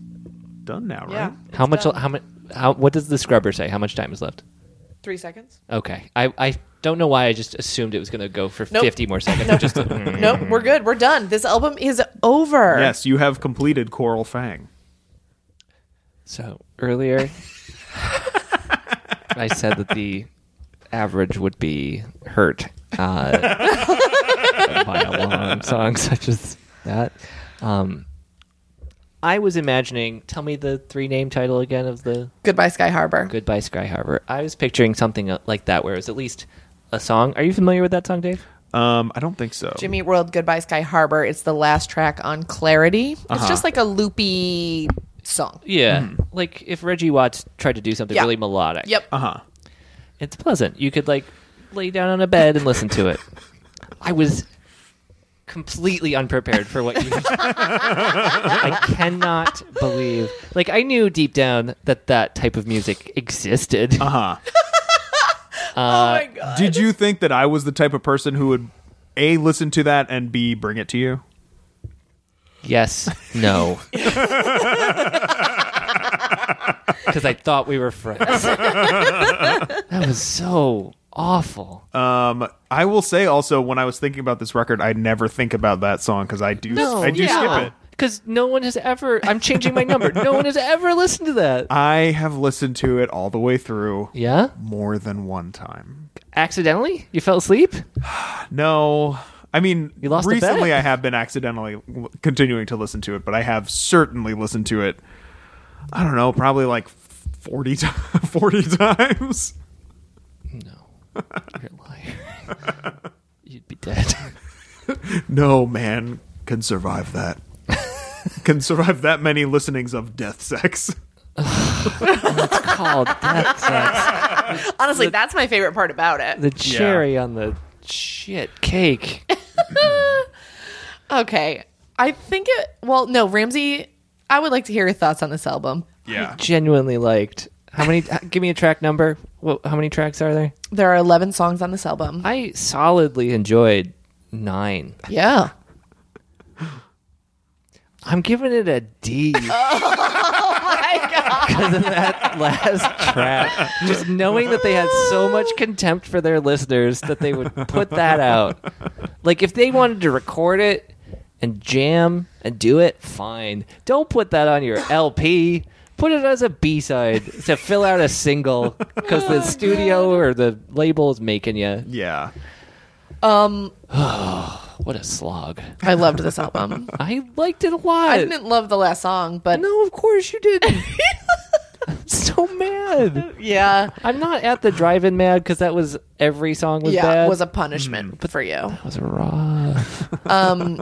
Speaker 3: done now, right?
Speaker 2: Yeah.
Speaker 1: How much?
Speaker 2: done.
Speaker 1: How much? How? What does the scrubber say? How much time is left?
Speaker 2: Three seconds.
Speaker 1: Okay. I I don't know why I just assumed it was going to go for
Speaker 2: Nope.
Speaker 1: 50 more seconds. Just
Speaker 2: Nope, we're good. We're done. This album is over.
Speaker 3: Yes, you have completed Coral Fang.
Speaker 1: so earlier, I said that the average would be hurt uh, by a long song such as that. Um, I was imagining. Tell me the three name title again of the
Speaker 2: Goodbye, Sky Harbor.
Speaker 1: Goodbye Sky Harbor. I was picturing something uh, like that, where it was at least a song. Are you familiar with that song, Dave?
Speaker 3: Um, I don't think so.
Speaker 2: Jimmy Eat World, Goodbye Sky Harbor. It's the last track on Clarity.
Speaker 1: Uh-huh.
Speaker 2: It's just like a loopy song.
Speaker 1: Yeah, like if Reggie Watts tried to do something
Speaker 2: Hmm. Yeah.
Speaker 1: really melodic.
Speaker 2: Yep.
Speaker 3: Uh huh.
Speaker 1: it's pleasant. You could like lay down on a bed and listen to it. I was completely unprepared for what you. I cannot believe. Like I knew deep down that that type of music existed.
Speaker 3: Uh huh.
Speaker 2: oh my god.
Speaker 3: Did you think that I was the type of person who would a listen to that and b bring it to you?
Speaker 1: Yes. No. Because I thought we were friends. that was so awful.
Speaker 3: Um, I will say also when I was thinking about this record, I never think about that song because I do I do skip it.
Speaker 1: Because no one has ever. I'm changing my number. No one has ever listened to that.
Speaker 3: I have listened to it all the way through
Speaker 1: Yeah?
Speaker 3: more than one time.
Speaker 1: Accidentally? You fell asleep?
Speaker 3: No, I mean
Speaker 1: You lost a bet?
Speaker 3: recently I have been accidentally l- continuing to listen to it, but I have certainly listened to it. I don't know, probably like 40, ti 40 times.
Speaker 1: No. You're a liar. You'd be dead.
Speaker 3: No man can survive that. can survive that many listenings of death sex.
Speaker 1: Called death sex.
Speaker 2: Honestly, that's my favorite part about it.
Speaker 1: The cherry on the shit cake.
Speaker 2: Okay. I think it well, no, Ramsey, I would like to hear your thoughts on this album.
Speaker 3: Yeah.
Speaker 1: Genuinely liked. How many? h- Give me a track number. What, how many tracks are there?
Speaker 2: There are 11 songs on this album.
Speaker 1: I solidly enjoyed nine.
Speaker 2: yeah.
Speaker 1: I'm giving it a D. Because of that last track. Just knowing that they had so much contempt for their listeners that they would put that out. Like, if they wanted to record it and jam and do it, fine. Don't put that on your LP. Put it as a B side to fill out a single because the studio or the label is making you.
Speaker 3: Yeah.
Speaker 2: Um
Speaker 1: What a slog.
Speaker 2: I loved this album.
Speaker 1: I liked it a lot.
Speaker 2: I didn't love the last song, but
Speaker 1: No, of course you didn't. I'm so mad.
Speaker 2: yeah.
Speaker 1: I'm not at the drive-in mad because that was every song was
Speaker 2: yeah,
Speaker 1: bad. Mm.
Speaker 2: was a punishment for you.
Speaker 1: was rough.
Speaker 2: Um,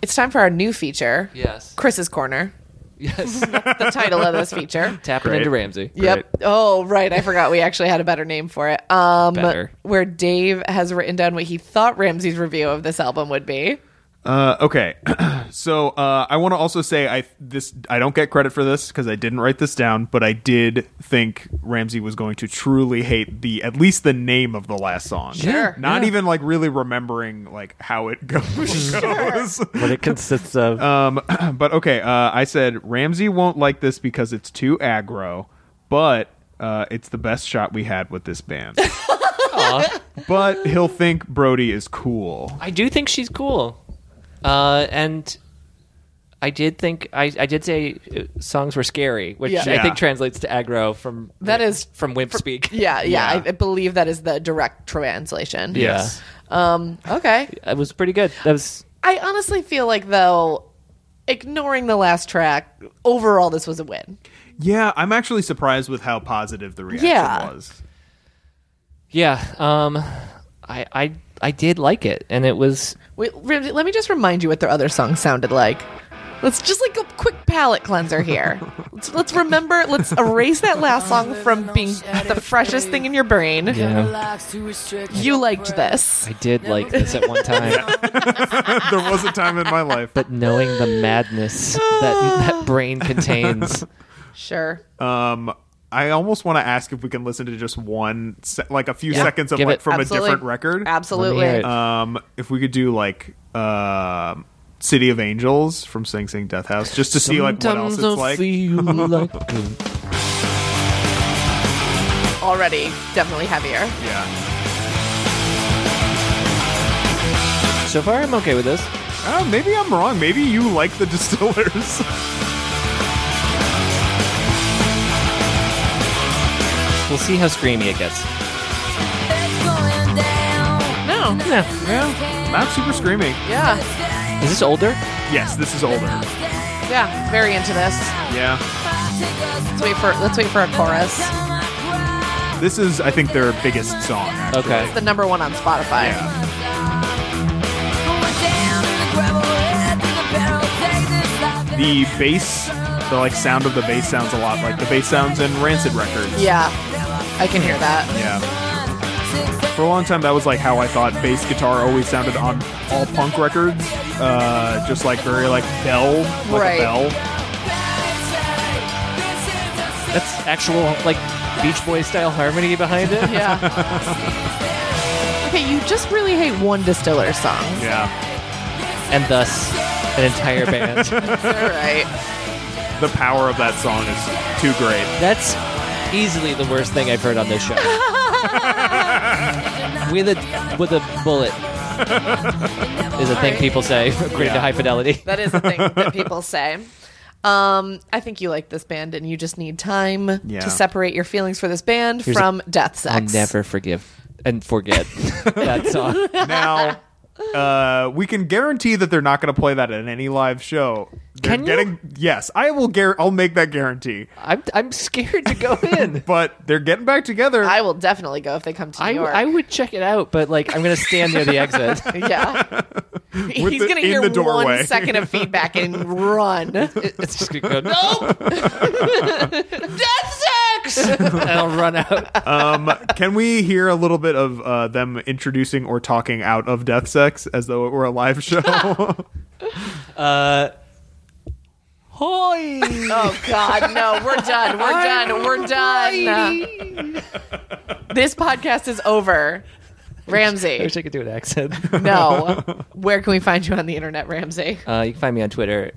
Speaker 2: It's time for our new feature.
Speaker 1: Yes.
Speaker 2: Chris's Corner,
Speaker 1: Yes.
Speaker 2: the title of this feature.
Speaker 1: Tapping
Speaker 3: Great.
Speaker 1: into Ramsey.
Speaker 2: Yep. Oh, right. I forgot we actually had a better name for it. Um,
Speaker 1: Better.
Speaker 2: Where Dave has written down what he thought Ramsey's review of this album would be.
Speaker 3: Uh, okay, so uh, I want to also say I this I don't get credit for this because I didn't write this down, but I did think Ramsey was going to truly hate the at least the name of the last song.
Speaker 2: Sure.
Speaker 3: Not even like really remembering like how it goes. goes.
Speaker 1: What it consists of.
Speaker 3: Um, uh, but okay, uh, I said Ramsey won't like this because it's too aggro, but uh, it's the best shot we had with this band. but he'll think Brody is cool.
Speaker 1: I do think she's cool, uh, and I did think I, I did say uh, songs were scary, which
Speaker 2: Yeah.
Speaker 1: I
Speaker 3: Yeah.
Speaker 1: think translates to aggro from
Speaker 2: That is-
Speaker 1: from wimp speak.
Speaker 2: Yeah, yeah, I,
Speaker 3: Yeah.
Speaker 2: I believe that is the direct translation.
Speaker 1: Yes.
Speaker 2: Um, okay.
Speaker 1: That was pretty good. That was
Speaker 2: I honestly feel like though, ignoring the last track, overall this was a win.
Speaker 3: Yeah, I'm actually surprised with how positive the reaction
Speaker 2: Yeah.
Speaker 3: was.
Speaker 1: yeah. Um, I I I did like it, and it was
Speaker 2: Wait, Ramsey, let me just remind you what their other song sounded like. Let's just like a quick palate cleanser here. let's, let's remember. Let's erase that last song from being the freshest thing in your brain.
Speaker 1: yeah.
Speaker 2: You liked this.
Speaker 1: I did like this at one time,
Speaker 3: there was a time in my life.
Speaker 1: but knowing the madness that that brain contains,
Speaker 2: Sure.
Speaker 3: Um, I almost want to ask if we can listen to just one, se- like a few
Speaker 1: Yeah,
Speaker 3: seconds of
Speaker 1: give
Speaker 3: like
Speaker 1: it.
Speaker 3: from
Speaker 2: Absolutely.
Speaker 3: a different record.
Speaker 1: Let me hear
Speaker 2: Absolutely.
Speaker 1: it.
Speaker 3: Um, if we could do like um City of Angels from Sing Sing Death House, just to see like what else it's
Speaker 1: Sometimes I
Speaker 3: like.
Speaker 1: feel like a-
Speaker 2: Already definitely heavier.
Speaker 3: Yeah.
Speaker 1: So far, I'm okay with this.
Speaker 3: Oh, maybe I'm wrong. Maybe you like the Distillers.
Speaker 1: We'll see how screamy it gets.
Speaker 2: No.
Speaker 3: yeah, not super screaming.
Speaker 2: Yeah.
Speaker 1: Is this older?
Speaker 3: Yes, this is older.
Speaker 2: Yeah. Very into this.
Speaker 3: Yeah,
Speaker 2: Let's wait for let's wait for a chorus.
Speaker 3: this is I think their biggest song. actually.
Speaker 1: Okay.
Speaker 2: The number one on Spotify.
Speaker 3: Yeah. The bass, the like sound of the bass sounds a lot like the bass sounds in Rancid records.
Speaker 2: Yeah, I can hear that.
Speaker 3: Yeah. For a long time, that was like how I thought bass guitar always sounded on all punk records, uh, just like very like bell, like
Speaker 2: Right.
Speaker 3: a bell.
Speaker 1: That's actual, like, Beach Boy style harmony behind it.
Speaker 2: Yeah. okay, you just really hate one distiller song.
Speaker 3: Yeah,
Speaker 1: and thus, an entire band.
Speaker 2: All right.
Speaker 3: the power of that song is too great.
Speaker 1: That's easily the worst thing I've heard on this show. with a with a bullet is a thing people say according to
Speaker 3: Yeah.
Speaker 1: high fidelity.
Speaker 2: That is the thing that people say. Um, I think you like this band, and you just need time
Speaker 3: Yeah.
Speaker 2: to separate your feelings for this band
Speaker 1: Here's
Speaker 2: from death
Speaker 1: I'll
Speaker 2: sex.
Speaker 1: never forgive and forget that song.
Speaker 3: Now, uh, we can guarantee that they're not going to play that at any live show. They're
Speaker 1: Can you?
Speaker 3: getting yes, I will. Gar- I'll make that guarantee.
Speaker 1: I'm I'm scared to go in.
Speaker 3: But they're getting back together.
Speaker 2: I will definitely go if they come to New
Speaker 1: I,
Speaker 2: York.
Speaker 1: I would check it out, but like I'm gonna stand near the exit.
Speaker 2: yeah. He's
Speaker 3: the-
Speaker 2: gonna
Speaker 3: in
Speaker 2: hear
Speaker 3: the doorway.
Speaker 2: one second of feedback and run.
Speaker 1: It- It's just gonna go, nope! Death sex! and I'll run out.
Speaker 3: um, can we hear a little bit of uh, them introducing or talking out of Death Sex as though it were a live show? Uh,
Speaker 1: Hoi!
Speaker 2: Oh God, no! We're done. We're done. We're done. This podcast is over.
Speaker 1: I
Speaker 2: Ramsey,
Speaker 1: wish I could do an accent.
Speaker 2: no. Where can we find you on the internet, Ramsey?
Speaker 1: Uh, you can find me on Twitter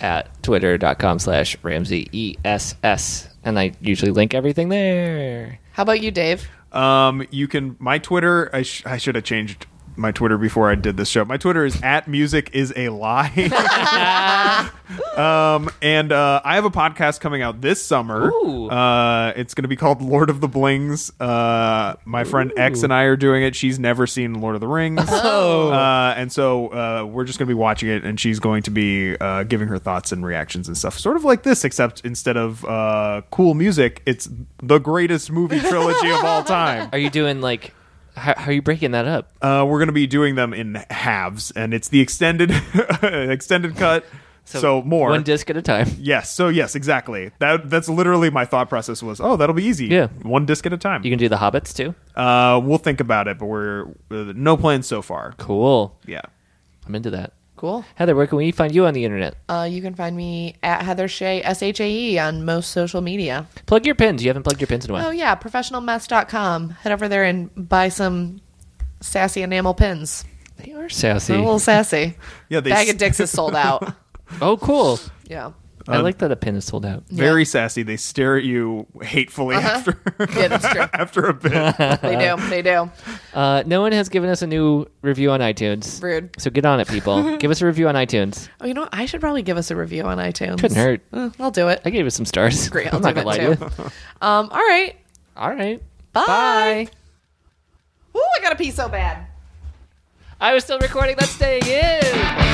Speaker 1: at twitter.com slash Ramsey ESS. And I usually link everything there.
Speaker 2: How about you, Dave?
Speaker 3: Um, you can my Twitter. I, sh- I should have changed my Twitter before I did this show. My Twitter is at music is a lie. um, and uh, I have a podcast coming out this summer.
Speaker 1: Ooh.
Speaker 3: Uh, it's going to be called Lord of the Blings. Uh, my friend X and I are doing it. She's never seen Lord of the Rings. Oh. Uh, and so uh, we're just going to be watching it, and she's going to be uh, giving her thoughts and reactions and stuff, sort of like this, except instead of uh, cool music, it's the greatest movie trilogy of all time.
Speaker 1: Are you doing like, how, how are you breaking that up?
Speaker 3: Uh, we're going to be doing them in halves, and it's the extended extended cut. So, more.
Speaker 1: One disc at a time.
Speaker 3: yes. So yes, exactly. That that's literally my thought process was. Oh, that'll be easy.
Speaker 1: Yeah.
Speaker 3: One disc at a time.
Speaker 1: You can do the Hobbits too.
Speaker 3: Uh, we'll think about it, but we're uh, no plans so far.
Speaker 1: Cool.
Speaker 3: Yeah.
Speaker 1: I'm into that.
Speaker 2: Cool.
Speaker 1: Heather, where can we find you on the internet?
Speaker 2: Uh, you can find me at Heather Shea S H A E on most social media.
Speaker 1: Plug your pins. You haven't plugged your pins in a while.
Speaker 2: Oh yeah, professionalmess.com. Head over there and buy some sassy enamel pins.
Speaker 1: They are sassy.
Speaker 2: They're a little sassy.
Speaker 3: Yeah. They
Speaker 2: Bag
Speaker 3: s-
Speaker 2: of dicks is sold out.
Speaker 1: Oh, cool.
Speaker 2: Yeah.
Speaker 1: I like that a pin is sold out.
Speaker 3: Very sassy. They stare at you hatefully after
Speaker 2: Yeah, that's true.
Speaker 3: after a bit.
Speaker 2: They do. They do.
Speaker 1: Uh, no one has given us a new review on iTunes.
Speaker 2: Rude.
Speaker 1: So get on it, people. Give us a review on iTunes.
Speaker 2: Oh, you know what? I should probably give us a review on iTunes.
Speaker 1: Couldn't hurt.
Speaker 2: Eh, I'll do it.
Speaker 1: I gave it some stars.
Speaker 2: Great. I'll
Speaker 1: I'm not
Speaker 2: do
Speaker 1: gonna lie
Speaker 2: it
Speaker 1: to
Speaker 2: too.
Speaker 1: you.
Speaker 2: Um, all right.
Speaker 1: All right.
Speaker 2: Bye.
Speaker 1: Bye.
Speaker 2: Ooh, I got to pee so bad.
Speaker 1: I was still recording. That's staying in.